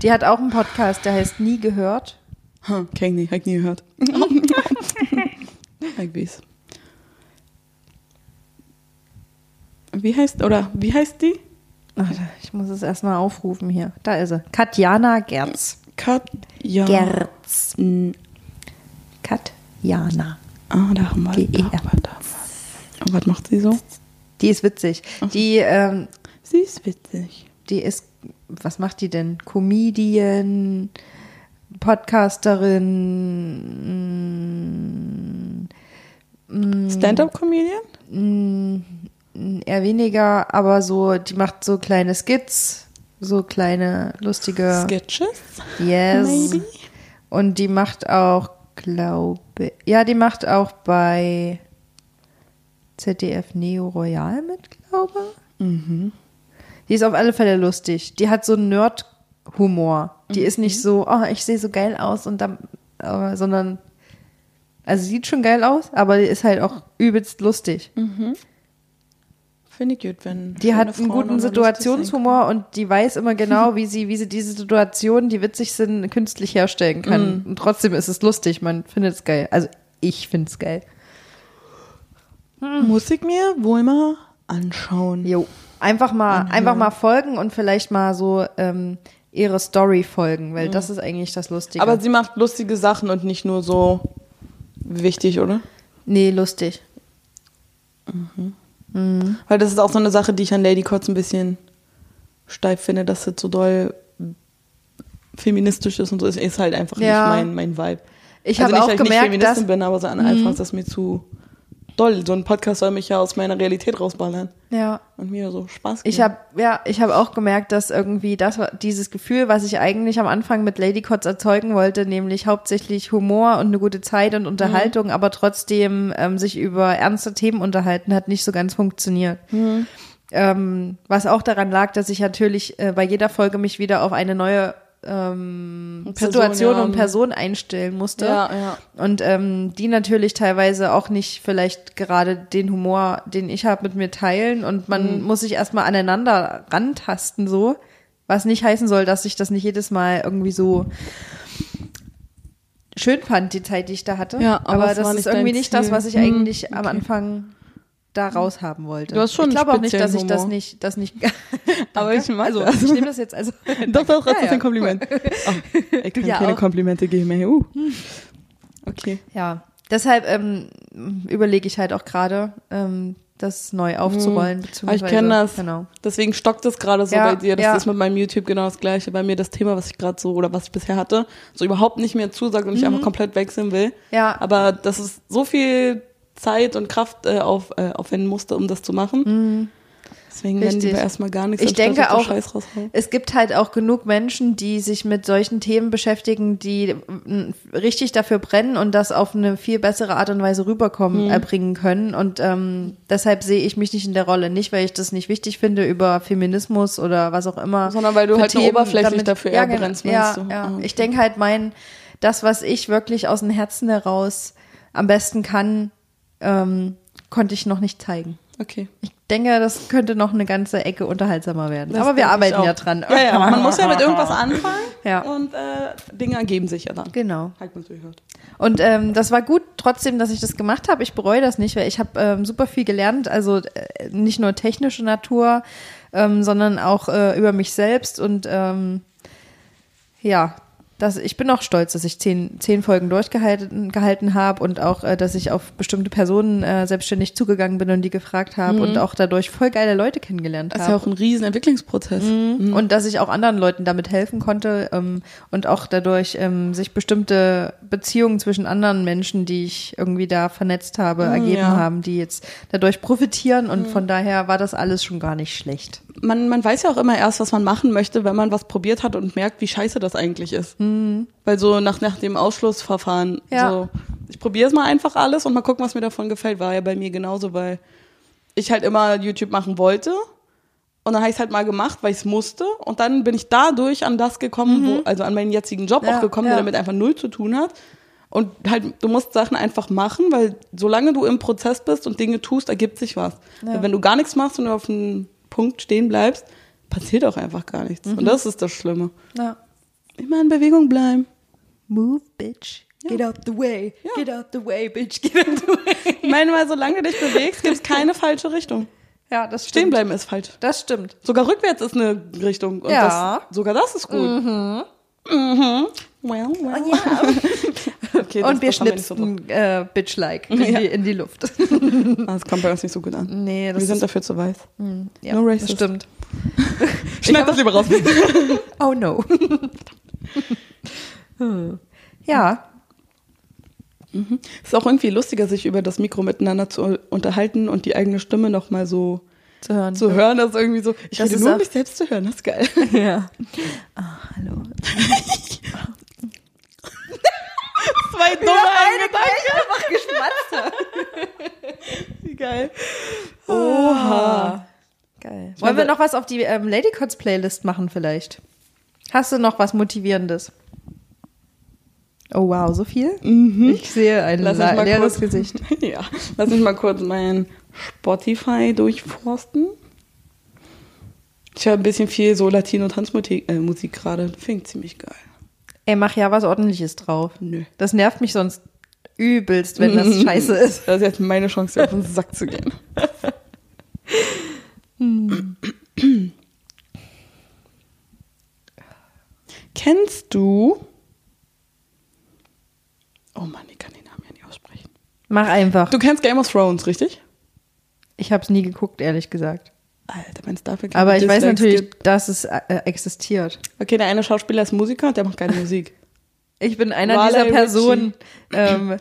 D: Die hat auch einen Podcast, der heißt Nie gehört.
C: Hm, kenn ich nicht, hab ich nie
D: <laughs>
C: gehört. ich weiß. Wie heißt, oder wie heißt die?
D: Warte, ich muss es erstmal aufrufen hier. Da ist sie. Katjana Gerz.
C: Katja.
D: Gerz. Katjana.
C: Ah, da haben wir
D: G-E-R.
C: da haben wir- da haben wir. Und was macht sie so?
D: Die ist witzig. Die, ähm,
C: Sie ist witzig.
D: die ist, was macht die denn? Comedian, mm, Podcasterin, Mhm.
C: Stand-up-Comedian?
D: mm, eher weniger, aber so, die macht so kleine Skits, so kleine lustige.
C: Sketches?
D: Yes.
C: Maybe.
D: Und die macht auch, glaube ja, die macht auch bei ZDF Neo Royal mit, glaube Die ist auf alle Fälle lustig. Die hat so einen Nerd-Humor. Die ist nicht so, oh, ich sehe so geil aus und dann, äh, sondern, also sieht schon geil aus, aber die ist halt auch übelst lustig.
C: Finde ich gut, wenn.
D: Die
C: schöne
D: hat einen
C: Frauen
D: guten
C: immer lustig
D: Situationshumor und die weiß immer genau, wie sie, wie sie diese Situationen, die witzig sind, künstlich herstellen kann. Und trotzdem ist es lustig, man findet es geil. Also ich finde es geil.
C: sein kann. Muss ich mir wohl mal anschauen.
D: Mhm. Jo. Einfach mal, einfach mal folgen und vielleicht mal so ähm, ihrer Story folgen, weil das ist eigentlich das Lustige.
C: Aber sie macht lustige Sachen und nicht nur so wichtig, oder?
D: nee, lustig.
C: Weil das ist auch so eine Sache, die ich an Lady Kotz ein bisschen steif finde, dass sie so doll feministisch ist und so. Ist, ist halt einfach
D: Ja.
C: nicht mein, mein Vibe.
D: Ich
C: also
D: habe
C: nicht,
D: auch
C: weil ich nicht
D: gemerkt,
C: Feministin
D: dass Mhm.
C: bin, aber so an einfach ist das mir zu doll. So ein Podcast soll mich ja aus meiner Realität rausballern
D: ja,
C: und mir so Spaß geben.
D: ich habe ja, ich habe auch gemerkt, dass irgendwie das war- dieses Gefühl, was ich eigentlich am Anfang mit Lady Cots erzeugen wollte, nämlich hauptsächlich Humor und eine gute Zeit und Unterhaltung, aber trotzdem ähm, sich über ernste Themen unterhalten hat, nicht so ganz funktioniert.
C: Mhm.
D: Ähm, was auch daran lag, dass ich natürlich äh, bei jeder Folge mich wieder auf eine neue ähm,
C: Person,
D: Situation
C: ja.
D: und Person einstellen musste.
C: Ja, ja.
D: Und ähm, die natürlich teilweise auch nicht vielleicht gerade den Humor, den ich habe, mit mir teilen. Und
C: Mhm.
D: man muss sich erstmal aneinander rantasten, so. Was nicht heißen soll, dass ich das nicht jedes Mal irgendwie so schön fand, die Zeit, die ich da hatte.
C: Ja, aber es war
D: das
C: nicht
D: ist irgendwie
C: dein
D: nicht das,
C: Ziel.
D: was ich
C: Hm,
D: eigentlich am
C: okay.
D: Anfang da raushaben wollte.
C: Du hast schon
D: ich glaube auch nicht,
C: speziellen
D: dass ich das
C: Humor.
D: nicht, das
C: <laughs>
D: nicht. <laughs>
C: Aber
D: Danke.
C: ich mag
D: also,
C: das.
D: ich nehme das jetzt also.
C: <laughs> Doch, doch, das
D: <laughs> Ja,
C: ist
D: ja,
C: ein Kompliment. Oh, ich kann
D: Ja,
C: keine
D: auch.
C: Komplimente geben. Ey. Uh. Okay.
D: Ja, deshalb ähm, überlege ich halt auch gerade, ähm, das neu aufzurollen.
C: Mhm. Aber Ah, ich
D: beziehungsweise-
C: kenne das.
D: Genau.
C: Deswegen stockt es gerade so
D: Ja,
C: bei dir. Das
D: ja.
C: ist mit meinem YouTube genau das gleiche. Bei mir das Thema, was ich gerade so oder was ich bisher hatte, so überhaupt nicht mehr zusagt und ich einfach komplett wechseln will.
D: Mhm. Ja.
C: Aber das ist so viel Zeit und Kraft äh, auf, äh, aufwenden musste, um das zu machen. Deswegen werden die
D: Mhm. Richtig.
C: lieber erstmal gar nichts
D: Ich
C: anstatt
D: denke
C: dass der
D: auch,
C: Scheiß raushauen.
D: es gibt halt auch genug Menschen, die sich mit solchen Themen beschäftigen, die mm, richtig dafür brennen und das auf eine viel bessere Art und Weise
C: Mhm.
D: rüberkommen, erbringen können. Und ähm, deshalb sehe ich mich nicht in der Rolle. Nicht, weil ich das nicht wichtig finde über Feminismus oder was auch immer.
C: Sondern weil du
D: für
C: halt nur oberflächlich dafür
D: ja,
C: eher
D: genau,
C: brennst,
D: Ja,
C: meinst du?
D: ja.
C: Ah, okay.
D: Ich denke halt, mein, das, was ich wirklich aus dem Herzen heraus am besten kann, ähm, konnte ich noch nicht zeigen.
C: Okay.
D: Ich denke, das könnte noch eine ganze Ecke unterhaltsamer werden.
C: Das
D: Aber
C: denke
D: wir
C: ich
D: arbeiten
C: auch.
D: ja dran.
C: Ja, ja. Man muss ja
D: <laughs>
C: mit irgendwas anfangen
D: Ja.
C: und äh, Dinge ergeben sich ja dann.
D: Genau.
C: Halt man durchhört.
D: Und ähm, das war gut trotzdem, dass ich das gemacht habe. Ich bereue das nicht, weil ich habe ähm, super viel gelernt. Also äh, nicht nur technische Natur, ähm, sondern auch äh, über mich selbst. Und ähm, ja, das, ich bin auch stolz, dass ich zehn, zehn Folgen durchgehalten gehalten habe und auch, äh, dass ich auf bestimmte Personen äh, selbstständig zugegangen bin und die gefragt
C: Mhm.
D: habe und auch dadurch voll geile Leute kennengelernt
C: Das
D: habe.
C: ist ja Mhm. auch ein riesen Entwicklungsprozess.
D: Und dass ich auch anderen Leuten damit helfen konnte ähm, und auch dadurch ähm, sich bestimmte Beziehungen zwischen anderen Menschen, die ich irgendwie da vernetzt habe, ergeben
C: ja.
D: haben, die jetzt dadurch profitieren. Und von daher war das alles schon gar nicht schlecht.
C: man, man weiß ja auch immer erst, was man machen möchte, wenn man was probiert hat und merkt, wie scheiße das eigentlich ist. Weil so nach, nach dem Ausschlussverfahren,
D: Ja.
C: so, ich probiere es mal einfach alles und mal gucken, was mir davon gefällt, war ja bei mir genauso, weil ich halt immer YouTube machen wollte. Und dann habe ich es halt mal gemacht, weil ich es musste. Und dann bin ich dadurch an das gekommen, wo, also an meinen jetzigen Job
D: Mhm. Ja,
C: auch gekommen,
D: ja.
C: der damit einfach null zu tun hat. Und halt, du musst Sachen einfach machen, weil solange du im Prozess bist und Dinge tust, ergibt sich was. Weil Wenn du gar nichts machst und nur auf einem Punkt stehen bleibst, passiert auch einfach gar nichts.
D: Mhm.
C: Und das ist das Schlimme.
D: Ja.
C: Immer in Bewegung bleiben.
D: Move, bitch. Get out the way. Get out the way, bitch. Get out the
C: Ich
D: way.
C: meine mal, solange du dich bewegst, gibt es keine falsche Richtung.
D: <laughs> Ja, das stimmt.
C: Stehen bleiben ist falsch.
D: Das <laughs> stimmt.
C: Sogar rückwärts ist eine Richtung. Und
D: Ja.
C: das, sogar das ist gut. Mhm. Mhm. Well, well. Okay, das-
D: Und wir
C: das haben nicht so drauf.
D: schnipsen äh, bitch-like <laughs> in, die, in die Luft.
C: Ah, Das kommt bei uns nicht so gut an.
D: Nee,
C: wir sind dafür zu weiß.
D: ja,
C: no racist.
D: Das stimmt.
C: Schneid das lieber
D: <laughs>
C: raus.
D: Oh no. <laughs> Hm. ja,
C: Es ist auch irgendwie lustiger, sich über das Mikro miteinander zu unterhalten und die eigene Stimme nochmal so
D: zu hören.
C: zu hören. Das ist irgendwie so. Ich
D: Das
C: rede
D: ist
C: nur, um
D: auch-
C: mich selbst zu hören. Das ist geil.
D: <laughs> Ja. Ah, hallo.
C: <laughs> Zwei dumme
D: Gedanken einfach geschmatzt.
C: <laughs> Wie geil.
D: Oha. Geil. Wollen wir noch was auf die ähm, Ladycots Playlist machen vielleicht? Hast du noch was motivierendes? Oh wow, so viel? Ich sehe ein
C: Mhm. Lass
D: la-
C: mich mal
D: leeres
C: kurz,
D: Gesicht.
C: <laughs> Ja, lass mich mal kurz mein Spotify durchforsten. Ich höre ein bisschen viel so Latino-Tanzmusik äh, Musik gerade. Fängt ziemlich geil.
D: Ey, mach ja was ordentliches drauf.
C: Nö. Mhm.
D: Das nervt mich sonst übelst,
C: <laughs>
D: wenn das scheiße ist.
C: Das ist jetzt meine Chance, dir auf den Sack zu gehen. Hm. zu. Oh Mann, ich kann den Namen ja nicht aussprechen.
D: Mach einfach.
C: Du kennst Game of Thrones, richtig?
D: Ich habe es nie geguckt, ehrlich gesagt.
C: Alter, wenn es dafür keine
D: Aber ich weiß
C: Dislikes
D: natürlich,
C: gibt.
D: dass es äh, existiert.
C: Okay, der eine Schauspieler ist Musiker und der macht <laughs> keine Musik.
D: Ich bin einer
C: Wale
D: dieser Personen, <laughs> ähm,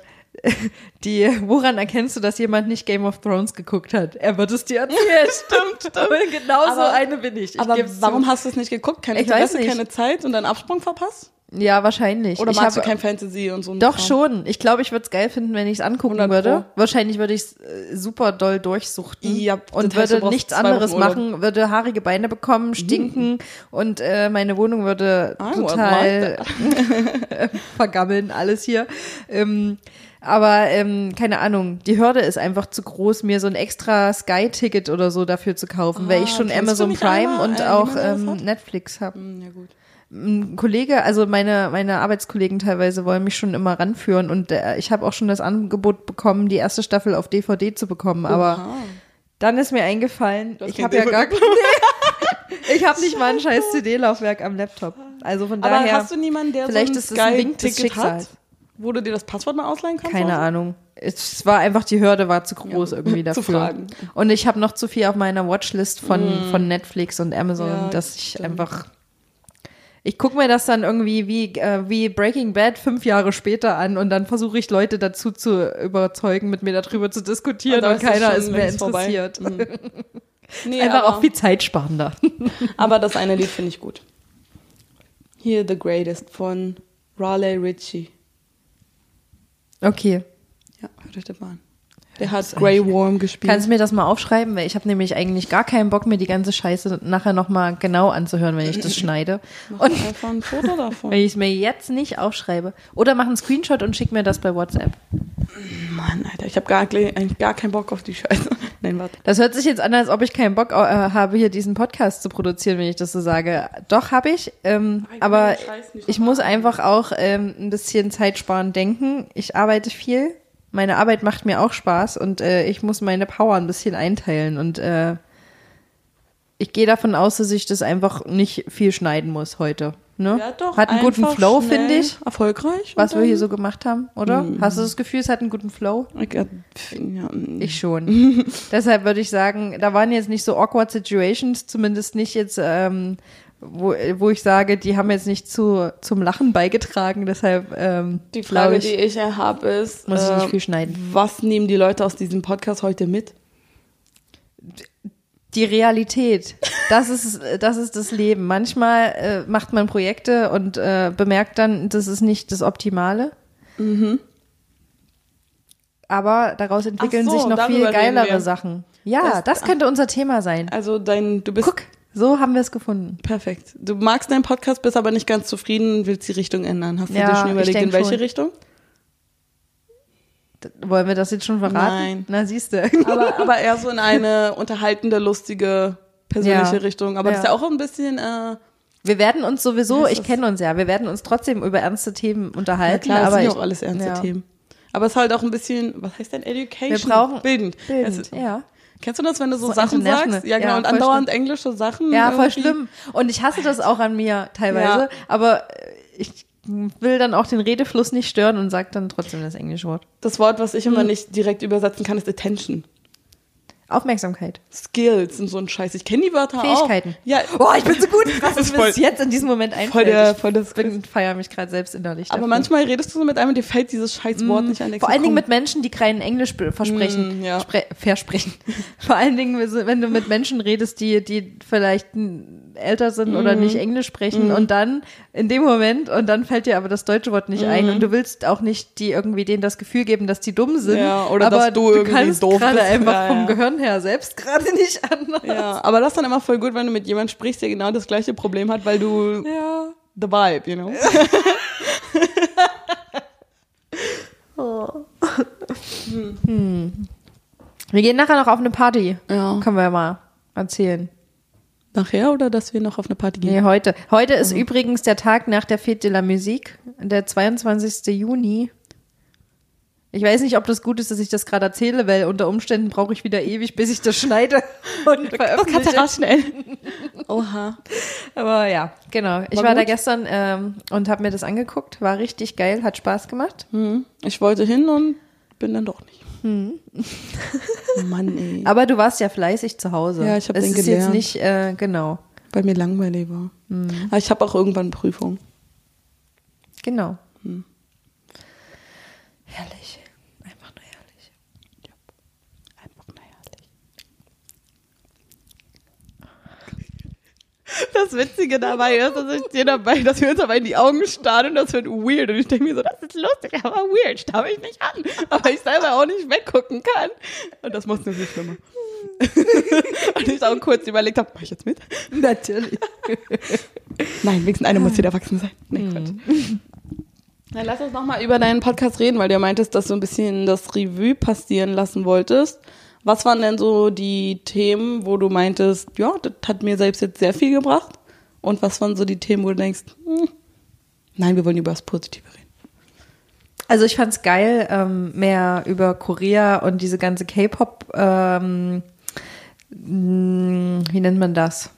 D: die, woran erkennst du, dass jemand nicht Game of Thrones geguckt hat? Er wird es dir erzählen. <laughs> stimmt, stimmt. Genau so
C: Aber-
D: eine bin ich. ich
C: Aber
D: geb's
C: warum
D: zu.
C: hast du es nicht geguckt? Kein
D: Ich weiß
C: Interesse,
D: nicht.
C: keine Zeit und deinen Absprung verpasst?
D: Ja, wahrscheinlich.
C: Oder
D: ich
C: magst du
D: hab-
C: kein Fantasy und so? einen
D: Doch
C: Kram?
D: schon. Ich glaube, ich würde es geil finden, wenn ich es angucken
C: 100
D: würde.
C: Pro.
D: Wahrscheinlich würde ich es äh, super doll durchsuchten
C: Ja,
D: und
C: das heißt, du
D: würde
C: brauchst
D: nichts
C: zwei Mhm. Wochen
D: anderes
C: Urlaub.
D: machen, würde haarige Beine bekommen, stinken und äh, meine Wohnung würde
C: I would
D: total <laughs> äh, vergammeln, alles hier. Ähm, aber ähm, keine Ahnung, die Hürde ist einfach zu groß, mir so ein extra Sky-Ticket oder so dafür zu kaufen, weil ich
C: Ah,
D: schon
C: kennst du
D: Amazon
C: nicht
D: Prime
C: einer,
D: und
C: äh,
D: auch
C: jemand, der das
D: ähm,
C: hat?
D: Netflix habe
C: Hm, Ja, gut.
D: ein Kollege, also meine, meine Arbeitskollegen teilweise wollen mich schon immer ranführen und äh, ich habe auch schon das Angebot bekommen, die erste Staffel auf DVD zu bekommen, aber
C: Oha.
D: dann ist mir eingefallen,
C: hast
D: ich
C: kein
D: habe ja gar
C: DVD.
D: <laughs> Nee. ich habe nicht mal ein scheiß CD-Laufwerk am Laptop. Also von
C: Aber
D: daher
C: hast du niemanden, der
D: vielleicht
C: so ein
D: ist es ein Wink des
C: Sky-Ticket hat?
D: Schicksals.
C: Wo du dir das Passwort mal ausleihen kannst?
D: keine
C: oder so?
D: Ahnung. Es war einfach die Hürde war zu groß
C: Ja, <laughs>
D: irgendwie
C: zu
D: dafür.
C: fragen. Mhm.
D: Und ich habe noch zu viel auf meiner Watchlist von von Netflix und Amazon,
C: Ja,
D: dass ich
C: stimmt.
D: einfach ich gucke mir das dann irgendwie wie, äh, wie Breaking Bad fünf Jahre später an und dann versuche ich Leute dazu zu überzeugen, mit mir darüber zu diskutieren
C: da
D: und,
C: ist das
D: keiner
C: schon
D: ist mehr
C: längst vorbei. Mhm. genau.
D: interessiert. <laughs>
C: Nee,
D: Einfach
C: aber,
D: auch
C: <laughs>
D: viel zeitsparender.
C: aber das eine Lied finde ich gut. Here the Greatest von Raleigh Ritchie.
D: Okay.
C: Ja, hört euch das mal an. Der hat Grey Worm gespielt.
D: Kannst du mir das mal aufschreiben? Weil ich habe nämlich eigentlich gar keinen Bock, mir die ganze Scheiße nachher nochmal genau anzuhören, wenn ich
C: <laughs>
D: das schneide.
C: Mach
D: Und
C: einfach ein Äh, Foto davon.
D: Wenn ich es mir jetzt nicht aufschreibe. Oder mach einen Screenshot und schick mir das bei WhatsApp.
C: Mann, Alter, ich habe gar, eigentlich gar keinen Bock auf die
D: <laughs>
C: Scheiße. Nein, warte.
D: Das hört sich jetzt an, als ob ich keinen Bock äh, habe, hier diesen Podcast zu produzieren, wenn ich das so sage. Doch, habe ich. Ähm,
C: ich will
D: aber
C: den Scheiß nicht
D: ich muss einfach auch ähm, ein bisschen zeitsparend denken. Ich arbeite viel. Meine Arbeit macht mir auch Spaß und äh, ich muss meine Power ein bisschen einteilen. Und äh, ich gehe davon aus, dass ich das einfach nicht viel schneiden muss heute. Ne?
C: Ja, doch,
D: Hat einen guten
C: einfach
D: Flow,
C: schnell
D: finde ich.
C: Erfolgreich.
D: was
C: und
D: wir hier
C: dann- Mhm.
D: so gemacht haben, oder? Hast du das Gefühl, es hat einen guten Flow?
C: Ich, äh, pf, ja, mm. <laughs>
D: Ich schon. Deshalb würde ich sagen, da waren jetzt nicht so awkward Situations, zumindest nicht jetzt, ähm, wo, wo ich sage, die haben jetzt nicht zu, zum Lachen beigetragen. Deshalb ähm,
C: Die
D: glaube
C: Frage,
D: ich,
C: die ich ja habe, ist,
D: Muss ich nicht
C: äh,
D: viel schneiden.
C: was nehmen die Leute aus diesem Podcast heute mit?
D: die Realität. Das ist, das ist das Leben. Manchmal äh, macht man Projekte und äh, bemerkt dann, das ist nicht das Optimale.
C: Mhm.
D: Aber daraus entwickeln
C: Ach so,
D: sich noch viel
C: darüber reden
D: geilere
C: wir.
D: Sachen. Ja, das,
C: Das-
D: könnte unser Thema sein.
C: Also dein, du bist
D: Guck, so haben wir es gefunden.
C: perfekt. Du magst deinen Podcast, bist aber nicht ganz zufrieden und willst die Richtung ändern. Hast
D: Ja,
C: du dir schon
D: ich
C: überlegt,
D: denk
C: in welche
D: schon.
C: Richtung?
D: D- Wollen wir das jetzt schon verraten?
C: Nein.
D: Na, siehst <laughs> du.
C: Aber, aber eher so in <laughs> eine unterhaltende, lustige, persönliche
D: Ja.
C: Richtung. Aber das ist
D: Ja.
C: ja auch ein bisschen, äh,
D: Wir werden uns sowieso,
C: Das
D: ich
C: ist-
D: kenne uns ja, wir werden uns trotzdem über ernste Themen
C: ja
D: unterhalten.
C: klar, das
D: aber
C: sind ja
D: ich-
C: auch alles ernste
D: ja.
C: Themen. Aber es ist halt auch ein bisschen, was heißt denn Education?
D: Wir brauchen
C: bildend.
D: Bildend,
C: Es ist-
D: ja.
C: Kennst du das, wenn du so,
D: So
C: Sachen
D: international.
C: sagst? Ja, genau.
D: Ja,
C: und
D: voll
C: andauernd englische Sachen.
D: Ja, voll
C: irgendwie.
D: schlimm. Und ich hasse das auch an mir teilweise,
C: Ja.
D: aber äh, ich will dann auch den Redefluss nicht stören und sage dann trotzdem das englische Wort.
C: Das Wort, was ich immer nicht direkt übersetzen kann, ist Attention.
D: Aufmerksamkeit.
C: Skills und so ein Scheiß. Ich kenne die Wörter
D: Fähigkeiten.
C: auch. Ja,
D: Oh, ich bin so
C: <laughs>
D: gut, was
C: Das
D: ist
C: ist
D: mir
C: voll-
D: jetzt in diesem Moment einfällt.
C: voll der,
D: ich
C: voll das
D: bin, feier mich gerade selbst innerlich.
C: Aber
D: dafür.
C: manchmal redest du so mit einem und dir fällt dieses scheiß Wort nicht ein. Denkst
D: Vor
C: du,
D: allen Dingen
C: komm,
D: mit Menschen, die kein Englisch be- versprechen.
C: Mm, ja.
D: Spre versprechen. <laughs> Vor allen Dingen, wenn du mit Menschen redest, die, die vielleicht n- älter sind
C: Mm.
D: oder nicht Englisch sprechen und dann in dem Moment und dann fällt dir aber das deutsche Wort nicht
C: Mm.
D: ein und du willst auch nicht die irgendwie denen das Gefühl geben, dass die dumm sind.
C: Ja, oder
D: aber
C: dass du irgendwie
D: kannst
C: doof
D: gerade
C: bist.
D: einfach
C: Ja,
D: vom
C: ja.
D: Gehirn her selbst gerade <laughs> nicht anders.
C: Ja, aber das ist dann immer voll gut, wenn du mit jemandem sprichst, der genau das gleiche Problem hat, weil du
D: Ja.
C: the vibe, you know.
D: Wir gehen nachher noch auf eine Party.
C: Ja.
D: Können wir mal erzählen.
C: <laughs> Nachher oder dass wir noch auf eine Party gehen?
D: Nee, heute. Heute ist übrigens der Tag nach der Fête de la Musique, der 22. Juni. Ich weiß nicht, ob das gut ist, dass ich das gerade erzähle, weil unter Umständen brauche ich wieder ewig, bis ich das schneide
C: <laughs>
D: und
C: Das kannst du
D: veröffentliche.
C: rausschneiden. Oha.
D: Aber ja, genau. Ich
C: War
D: war da
C: gut?
D: gestern ähm, und habe mir das angeguckt. War richtig geil, hat Spaß gemacht.
C: Hm. Ich wollte hin und bin dann doch nicht.
D: Hm.
C: Mann, ey.
D: Aber du warst ja fleißig zu Hause.
C: Ja, ich hab
D: Es
C: den
D: ist jetzt
C: gelernt.
D: nicht, äh, genau.
C: Weil mir langweilig war.
D: Hm.
C: Aber ich habe auch irgendwann Prüfung.
D: Genau.
C: Hm.
D: Herrlich. Einfach nur herrlich.
C: Einfach nur herrlich. Das Witzige dabei ist, dass ich dir dabei, dass wir uns dabei in die Augen starren und das wird weird. Und ich denke mir so, das ist lustig, aber weird, starre ich nicht an. Aber ich selber auch nicht weggucken kann. Und das macht nur viel schlimmer. <laughs> und ich auch kurz überlegt habe, mache ich jetzt mit?
D: Natürlich.
C: <laughs> Nein, wenigstens einer muss wieder erwachsen sein. Nee, Quatsch. Dann lass uns nochmal über deinen Podcast reden, weil du ja meintest, dass du ein bisschen das Revue passieren lassen wolltest. Was waren denn so die Themen, wo du meintest, ja, das hat mir selbst jetzt sehr viel gebracht? Und was waren so die Themen, wo du denkst, hm, nein, wir wollen über das Positive reden?
D: Also ich fand's geil, ähm, mehr über Korea und diese ganze K-Pop, ähm, mh, wie nennt man das?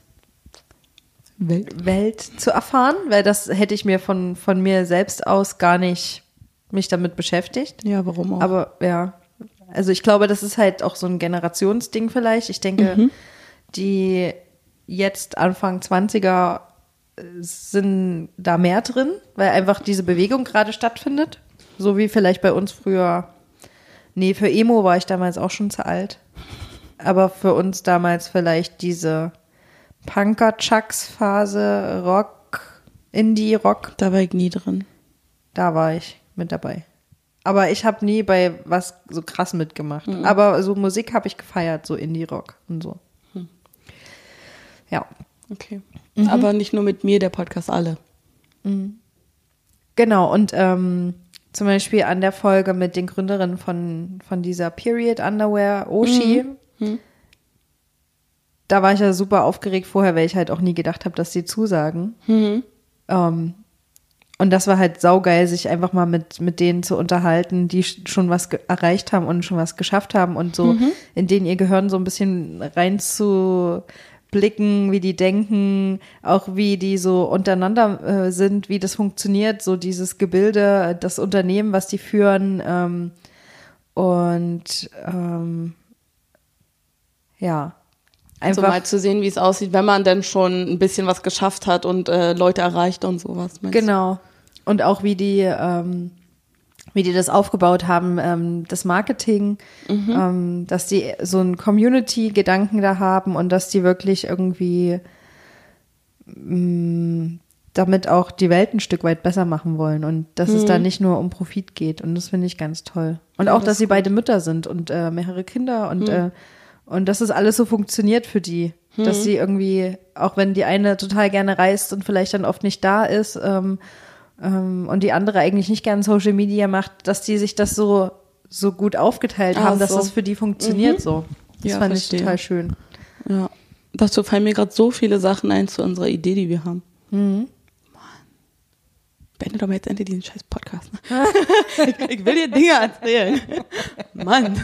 C: Welt.
D: Welt zu erfahren, weil das hätte ich mir von, von mir selbst aus gar nicht mich damit beschäftigt.
C: Ja, warum auch?
D: Aber ja, also ich glaube, das ist halt auch so ein Generationsding vielleicht. Ich denke, die jetzt Anfang 20er sind da mehr drin, weil einfach diese Bewegung gerade stattfindet. So wie vielleicht bei uns früher. Nee, für Emo war ich damals auch schon zu alt. Aber für uns damals vielleicht diese Punker-Chucks-Phase, Rock, Indie-Rock,
C: da war ich nie drin.
D: da war ich mit dabei. Aber ich habe nie bei was so krass mitgemacht. Aber so Musik habe ich gefeiert, so Indie-Rock und so. Ja.
C: Okay. Mhm. Aber
D: Mhm.
C: nicht nur mit mir, der Podcast alle.
D: Genau, und ähm, zum Beispiel an der Folge mit den Gründerinnen von, von dieser Period Underwear, Oshi. Da war ich ja super aufgeregt vorher, weil ich halt auch nie gedacht habe, dass die zusagen. Ähm, und das war halt saugeil, sich einfach mal mit, mit denen zu unterhalten, die sch- schon was ge- erreicht haben und schon was geschafft haben und so
C: Mhm.
D: in denen ihr Gehirn so ein bisschen reinzublicken, wie die denken, auch wie die so untereinander äh, sind, wie das funktioniert, so dieses Gebilde, das Unternehmen, was die führen. Ähm, und ähm,
C: So
D: ja,
C: Also
D: einfach.
C: mal zu sehen, wie es aussieht, wenn man denn schon ein bisschen was geschafft hat und äh, Leute erreicht und sowas. meinst du?
D: Genau. Und auch wie die, ähm, wie die das aufgebaut haben, ähm, das Marketing, ähm, dass die so einen Community-Gedanken da haben und dass die wirklich irgendwie mh, damit auch die Welt ein Stück weit besser machen wollen und dass es
C: Mhm.
D: da nicht nur um Profit geht. Und das finde ich ganz toll. Und auch, dass sie beide Mütter sind und äh, mehrere Kinder
C: Mhm.
D: und, äh, und dass es alles so funktioniert für die.
C: Mhm.
D: Dass sie irgendwie, auch wenn die eine total gerne reist und vielleicht dann oft nicht da ist ähm, ähm, und die andere eigentlich nicht gerne Social Media macht, dass die sich das so, so gut aufgeteilt
C: Ah,
D: haben, dass
C: so. Mhm.
D: das für die funktioniert so. Das
C: Ja,
D: fand
C: verstehe.
D: ich total schön.
C: Ja. Dazu fallen mir gerade so viele Sachen ein zu unserer Idee, die wir haben. Mhm. Mann. Beende doch mal jetzt endlich diesen scheiß Podcast. ne? <laughs> ich, ich will dir Dinge erzählen. <laughs> Mann.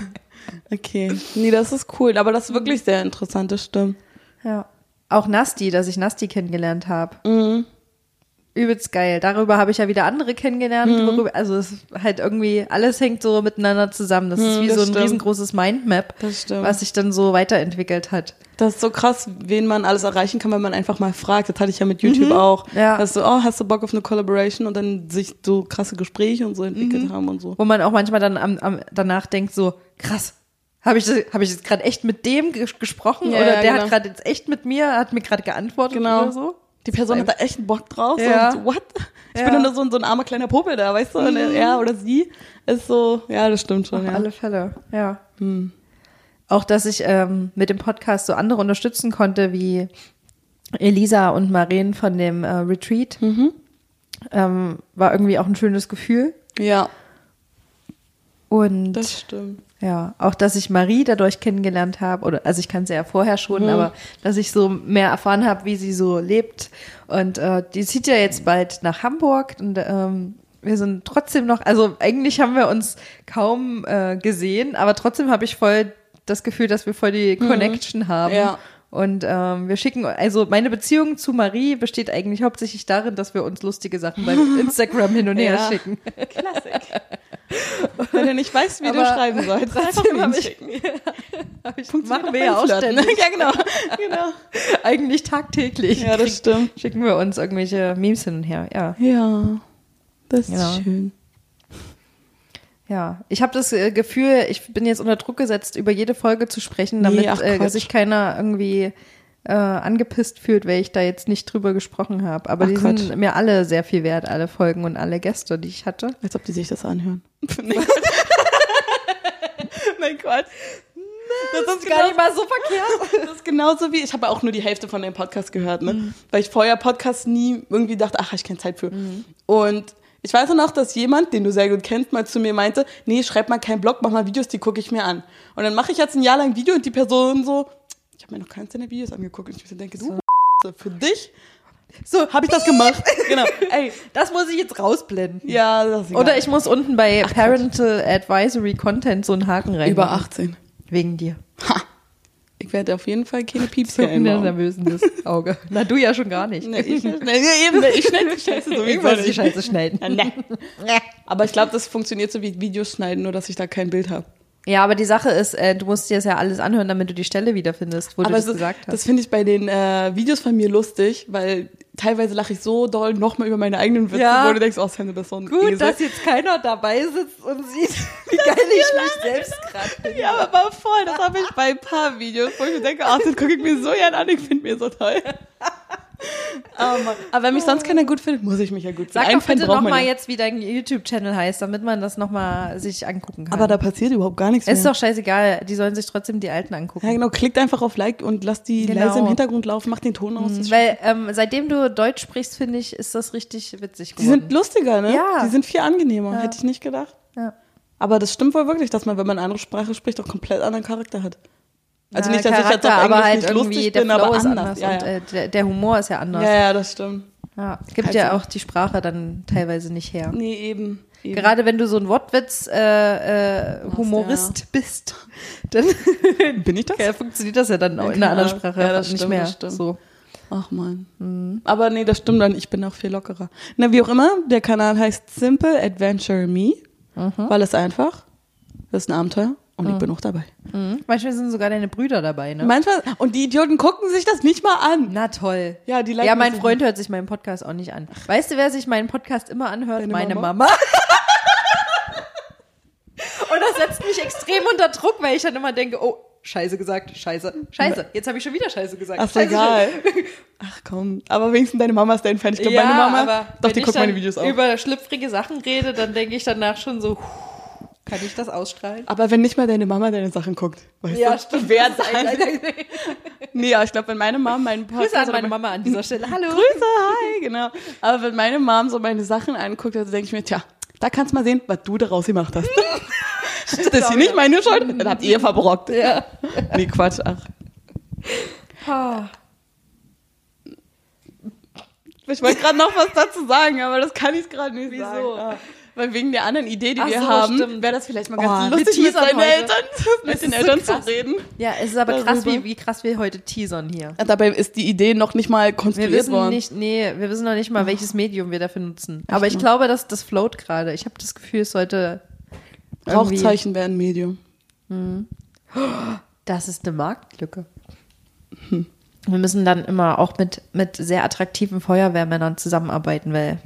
C: Okay. Nee, das ist cool, aber das ist wirklich sehr interessant, das stimmt.
D: Ja. Auch Nasti, dass ich Nasti kennengelernt habe.
C: Mhm.
D: Übelst geil. Darüber habe ich ja wieder andere kennengelernt.
C: Mhm.
D: Worüber, also es ist halt irgendwie, alles hängt so miteinander zusammen. Das ist wie
C: Mhm, das
D: so ein
C: stimmt.
D: riesengroßes Mindmap,
C: Das stimmt.
D: was sich dann so weiterentwickelt hat.
C: Das ist so krass, wen man alles erreichen kann, wenn man einfach mal fragt. Das hatte ich ja mit YouTube auch.
D: Ja.
C: Dass so, oh, hast du Bock auf eine Collaboration und dann sich so krasse Gespräche und so entwickelt haben und so.
D: Wo man auch manchmal dann am, am, danach denkt, so, krass, habe ich, das- habe ich jetzt gerade echt mit dem ges gesprochen?
C: Ja,
D: oder
C: ja,
D: der
C: genau.
D: hat gerade jetzt echt mit mir, hat mir gerade geantwortet
C: Genau.
D: oder so?
C: Die Person hat da echt einen Bock drauf.
D: Ja.
C: So, what? Ich
D: Ja. Mhm.
C: bin nur so ein, so ein armer kleiner Popel da, weißt du? Und er oder sie ist so, ja, das stimmt schon.
D: Auf
C: Ja. Hm.
D: alle Fälle, ja. Auch, dass ich ähm, mit dem Podcast so andere unterstützen konnte, wie Elisa und Maren von dem äh, Retreat,
C: Mhm.
D: ähm, war irgendwie auch ein schönes Gefühl.
C: ja,
D: Und
C: das stimmt.
D: ja, auch, dass ich Marie dadurch kennengelernt habe, oder also ich kannte sie ja vorher
C: Mhm.
D: schon, aber dass ich so mehr erfahren habe, wie sie so lebt. Und äh, die zieht ja jetzt bald nach Hamburg und ähm, wir sind trotzdem noch, also eigentlich haben wir uns kaum äh, gesehen, aber trotzdem habe ich voll das Gefühl, dass wir voll die Connection haben.
C: Mhm. Ja.
D: Und ähm, wir schicken, also meine Beziehung zu Marie besteht eigentlich hauptsächlich darin, dass wir uns lustige
C: <laughs>
D: Sachen bei Instagram hin und her
C: Ja.
D: schicken.
C: Klassik. Wenn du nicht weißt, wie du
D: Aber
C: schreiben sollst, einfach
D: trotzdem hab ich-
C: <laughs> hinschicken.
D: <laughs> Hab ich-
C: Funktioniert
D: Machen
C: auch
D: wir ja
C: beim
D: auch
C: Flirten,
D: ständig.
C: ne? <laughs> Ja, genau. genau.
D: Eigentlich tagtäglich.
C: Ja, das stimmt.
D: Schicken wir uns irgendwelche Memes hin und her. Ja,
C: Ja, das ist
D: Ja.
C: schön.
D: ja. Ich habe das äh, Gefühl, ich bin jetzt unter Druck gesetzt, über jede Folge zu sprechen, damit
C: Nee, ach,
D: äh,
C: Quatsch.
D: sich keiner irgendwie äh, angepisst fühlt, weil ich da jetzt nicht drüber gesprochen habe. Aber
C: Ach,
D: die
C: Quatsch.
D: sind mir alle sehr viel wert, alle Folgen und alle Gäste, die ich hatte.
C: Als ob die sich das
D: <laughs>
C: anhören. Oh mein Gott. Das, ist genau,
D: mal so
C: <laughs>
D: verkehrt.
C: das ist genauso wie, ich habe auch nur die Hälfte von dem Podcast gehört, ne? Weil ich vorher Podcast nie irgendwie dachte, ach, hab ich keine Zeit für. Und ich weiß noch, dass jemand, den du sehr gut kennst, mal zu mir meinte, nee, schreib mal keinen Blog, mach mal Videos, die gucke ich mir an. Und dann mache ich jetzt ein Jahr lang ein Video und die Person so, ich habe mir noch keins deiner Videos angeguckt. Und ich mir so denke, du, für dich
D: So,
C: habe ich das gemacht. <laughs> genau. Ey,
D: das muss ich jetzt rausblenden.
C: ja, das ist egal.
D: Oder ich muss unten bei Parental Advisory Content so einen Haken rein.
C: über 18.
D: Wegen dir.
C: Ich werde auf jeden Fall keine Pieps
D: So
C: hier
D: ein
C: einbauen.
D: nervöses Auge. <laughs> Na, du ja schon gar nicht.
C: Nee, <laughs> ich,
D: <laughs>
C: nee, eben, nee, ich schneide die Scheiße so wie
D: Ich
C: ich
D: muss die
C: soll.
D: Scheiße schneiden.
C: Ja, nee. Aber ich glaube, das funktioniert so wie Videos schneiden, nur dass ich da kein Bild habe.
D: Ja, aber die Sache ist, äh, du musst dir das ja alles anhören, damit du die Stelle wiederfindest, wo du
C: Aber
D: das
C: es ist,
D: gesagt hast.
C: das finde ich bei den äh, Videos von mir lustig, weil teilweise lache ich so doll nochmal über meine eigenen Witze,
D: Ja.
C: wo du denkst, oh, Sam, du bist so ein Esel.
D: jetzt keiner dabei sitzt und
C: <laughs>
D: sieht, wie geil ich mich selbst gerade
C: ja, aber voll, das habe ich bei ein paar Videos, wo ich mir denke, ach, das gucke ich mir so gern an, ich finde mir so <laughs> toll. Aber- aber wenn mich sonst keiner gut findet, muss ich mich ja gut finden.
D: Sag
C: Einen
D: doch
C: Fan
D: bitte
C: braucht man
D: nochmal
C: ja.
D: jetzt, wie dein YouTube-Channel heißt, damit man das nochmal sich angucken kann.
C: Aber da passiert überhaupt gar nichts
D: ist
C: mehr.
D: doch scheißegal, die sollen sich trotzdem die alten angucken.
C: ja, genau, klickt einfach auf Like und lasst die
D: Genau.
C: leise im Hintergrund laufen, macht den Ton aus. das ist
D: Weil ähm, seitdem du Deutsch sprichst, finde ich, ist das richtig witzig
C: Die sind
D: geworden.
C: lustiger, ne?
D: Ja.
C: Die sind viel angenehmer, hätte ich nicht gedacht.
D: Ja.
C: Aber das stimmt wohl wirklich, dass man, wenn man eine andere Sprache spricht, auch komplett anderen Charakter hat. Also
D: Na,
C: nicht, dass ich
D: Charakter,
C: jetzt auf Englisch
D: aber halt
C: nicht
D: irgendwie
C: lustig
D: der
C: bin,
D: Flow
C: aber
D: ist
C: anders.
D: anders
C: Ja,
D: und
C: ja.
D: äh, der, der Humor ist ja anders.
C: ja, ja, das stimmt.
D: Ja, gibt
C: Also-
D: ja auch die Sprache dann teilweise nicht her.
C: Nee, eben. eben.
D: Gerade wenn du so ein Wortwitz äh, äh, Humorist bist, <laughs> dann
C: <laughs> bin ich das?
D: ja, funktioniert das ja dann auch in
C: keine
D: einer anderen
C: Ahnung.
D: Sprache
C: Ja, das
D: nicht
C: stimmt,
D: mehr.
C: das stimmt.
D: So.
C: Ach man.
D: Mhm.
C: Aber nee, das stimmt dann. Ich bin auch viel lockerer. Na, wie auch immer, der Kanal heißt Simple Adventure Me,
D: Mhm.
C: weil es einfach das ist ein Abenteuer und ich bin auch dabei. Mhm.
D: Manchmal sind sogar deine Brüder dabei, ne?
C: Manchmal, und die Idioten gucken sich das nicht mal an.
D: Na toll.
C: Ja, die liken
D: ja, mein
C: das
D: Freund hört sich meinen Podcast auch nicht an. Weißt du, wer sich meinen Podcast immer anhört?
C: Deine
D: Meine
C: Mama? <laughs>
D: Mama. Und das setzt mich extrem unter Druck, weil ich dann immer denke, oh, scheiße gesagt, scheiße, scheiße. Jetzt habe ich schon wieder scheiße gesagt.
C: Ach, Also so,
D: scheiße, <laughs>
C: egal. <laughs> Ach komm, aber wenigstens deine Mama ist dein Fan. Ich glaube, meine Mama, doch,
D: wenn
C: die
D: ich
C: guckt meine
D: dann
C: Videos auch.
D: über schlüpfrige Sachen rede, dann denke ich danach schon so, puh, kann ich das ausstrahlen?
C: aber wenn nicht mal deine Mama deine Sachen guckt, weißt du? Wer
D: Das ist
C: dann?
D: ein-
C: Nee, aber ich glaube, wenn meine Mom meinen Podcast
D: <laughs> Grüße an
C: oder
D: meine
C: mein-
D: Mama an dieser Stelle. Hallo.
C: Grüße, hi, <laughs> genau. Aber wenn meine Mom so meine Sachen anguckt, dann denke ich mir, tja, da kannst du mal sehen, was du daraus gemacht
D: <laughs>
C: hast. das ist hier nicht meine Schuld, dann habt ihr verbrockt.
D: Ja.
C: Nee, Quatsch, ach. Oh.
D: Ah.
C: Ich wollte gerade noch was dazu sagen, aber das kann ich gerade nicht
D: Wieso?
C: sagen. Ah. Weil wegen der anderen Idee, die
D: Ach
C: wir
D: so,
C: haben,
D: stimmt.
C: wäre das vielleicht mal
D: Oh,
C: ganz
D: wir
C: lustig, mit
D: teasern
C: seinen
D: heute.
C: Eltern, mit den
D: ist so
C: Eltern
D: krass.
C: zu reden.
D: Ja, es ist aber krass,
C: Darüber.
D: wie, wie krass wir heute teasern hier.
C: Und dabei ist die Idee noch nicht mal
D: Wir
C: konstruiert
D: wissen
C: worden.
D: nicht, nee, wir wissen noch nicht mal, welches Medium wir dafür nutzen. Aber ich glaube, dass das float gerade. Ich habe das Gefühl, es sollte irgendwie-
C: Rauchzeichen wären Medium.
D: Das ist eine Marktlücke. Hm. Wir müssen dann immer auch mit, mit sehr attraktiven Feuerwehrmännern zusammenarbeiten, weil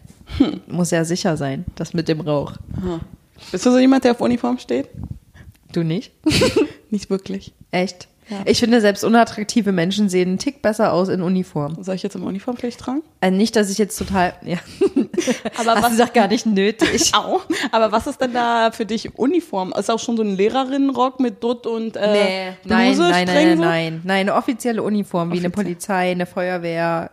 D: muss ja sicher sein, das mit dem Rauch.
C: Bist du so jemand, der auf Uniform steht?
D: Du <laughs> nicht?
C: Nicht wirklich.
D: Echt?
C: Ja.
D: Ich finde, selbst unattraktive Menschen sehen einen Tick besser aus in Uniform.
C: Soll ich jetzt immer Uniformpflicht tragen?
D: Also nicht, dass ich jetzt total. <laughs> Ja.
C: Aber
D: Hast du doch gar nicht <laughs> nötig.
C: Au. Aber was ist denn da für dich Uniform? Ist auch schon so ein Lehrerinnenrock mit Dutt und äh,
D: nee, nein,
C: Bluse,
D: nein,
C: streng
D: nein, nein,
C: so?
D: nein. Nein, eine offizielle Uniform, wie eine
C: Offiziell.
D: Polizei, eine Feuerwehr.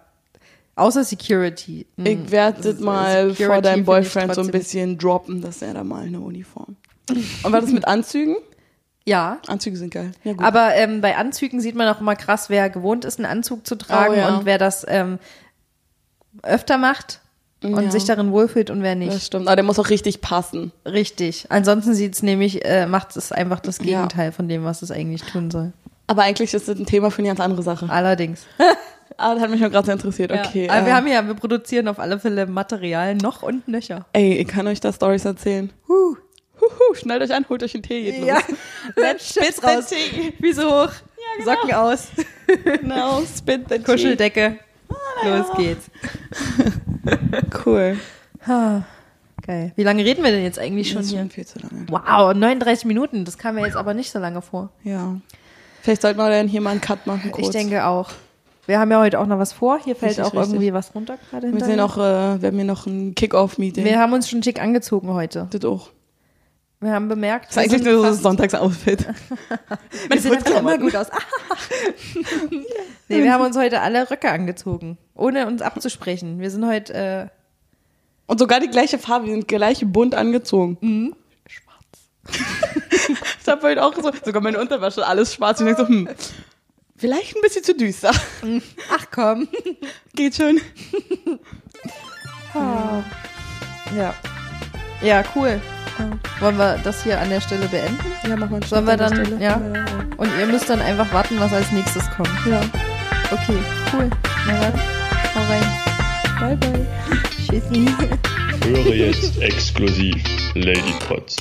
D: Außer Security. Hm.
C: Ich werde das mal
D: also Security
C: vor deinem
D: finde ich
C: Boyfriend so ein
D: trotzdem-
C: bisschen droppen, dass er da mal eine Uniform. Und war das mit Anzügen?
D: Ja,
C: Anzüge sind geil. Ja, gut.
D: Aber ähm, bei Anzügen sieht man auch immer krass, wer gewohnt ist, einen Anzug zu tragen
C: Oh, ja.
D: und wer das ähm, öfter macht, und
C: Ja.
D: sich darin wohlfühlt und wer
C: Das
D: nicht.
C: stimmt. Aber der muss auch richtig passen.
D: Richtig. Ansonsten sieht's nämlich, äh, macht es einfach das
C: Ja.
D: Gegenteil von dem, was es eigentlich tun soll.
C: Aber eigentlich ist das ein Thema für eine ganz andere Sache.
D: Allerdings.
C: Ah, das hat mich nur gerade so interessiert. Okay.
D: Ja. Aber
C: äh,
D: wir haben ja, wir produzieren auf alle Fälle Material noch und nöcher.
C: Ey, ich kann euch da Stories erzählen.
D: Huh.
C: Huhu, schnallt euch an, holt euch einen Tee. Geht los.
D: <laughs> Let's Spitz raus. Füße hoch. Socken aus.
C: Genau, spit the Kuscheldecke.
D: Kuscheldecke.
C: Ah,
D: Los geht's.
C: Cool.
D: Geil. Wie lange reden wir denn jetzt eigentlich schon
C: Das ist
D: hier?
C: schon viel zu lange.
D: Wow, 39 Minuten. Das kam mir jetzt aber nicht so lange vor.
C: Ja. Vielleicht sollten wir dann hier mal einen Cut machen kurz.
D: Ich denke auch. Wir haben ja heute auch noch was vor. Hier fällt
C: Richtig,
D: auch
C: richtig.
D: irgendwie was runter gerade
C: wir
D: hinter
C: sind
D: mir.
C: noch, äh, wir haben hier noch ein Kick-Off-Meeting.
D: Wir haben uns schon schick angezogen heute.
C: das auch.
D: Wir haben bemerkt,
C: Das ist eigentlich
D: wir
C: nur so ein
D: fast- <laughs>
C: Sonntagsoutfit.
D: wir sehen einfach immer
C: Rückklammern.
D: gut aus. Ah. <laughs> nee, wir haben uns heute alle Röcke angezogen, ohne uns abzusprechen. Wir sind heute äh,
C: Und sogar die gleiche Farbe, wir sind gleich bunt angezogen.
D: Mhm.
C: Schwarz. <laughs> ich habe heute auch so, sogar meine Unterwäsche, alles schwarz. Und ich denke so, hm, vielleicht ein bisschen zu düster.
D: ach komm.
C: Geht schon.
D: Ja. Ja, cool. Wollen wir das hier an der Stelle beenden?
C: Ja, machen wir einen
D: Sollen wir dann, ja.
C: Ja.
D: Und ihr müsst dann einfach warten, was als nächstes kommt.
C: ja.
D: Okay, cool. Na dann, hau
C: Bye,
D: rein.
C: bye.
D: Tschüssi.
B: Höre jetzt exklusiv Lady Pots.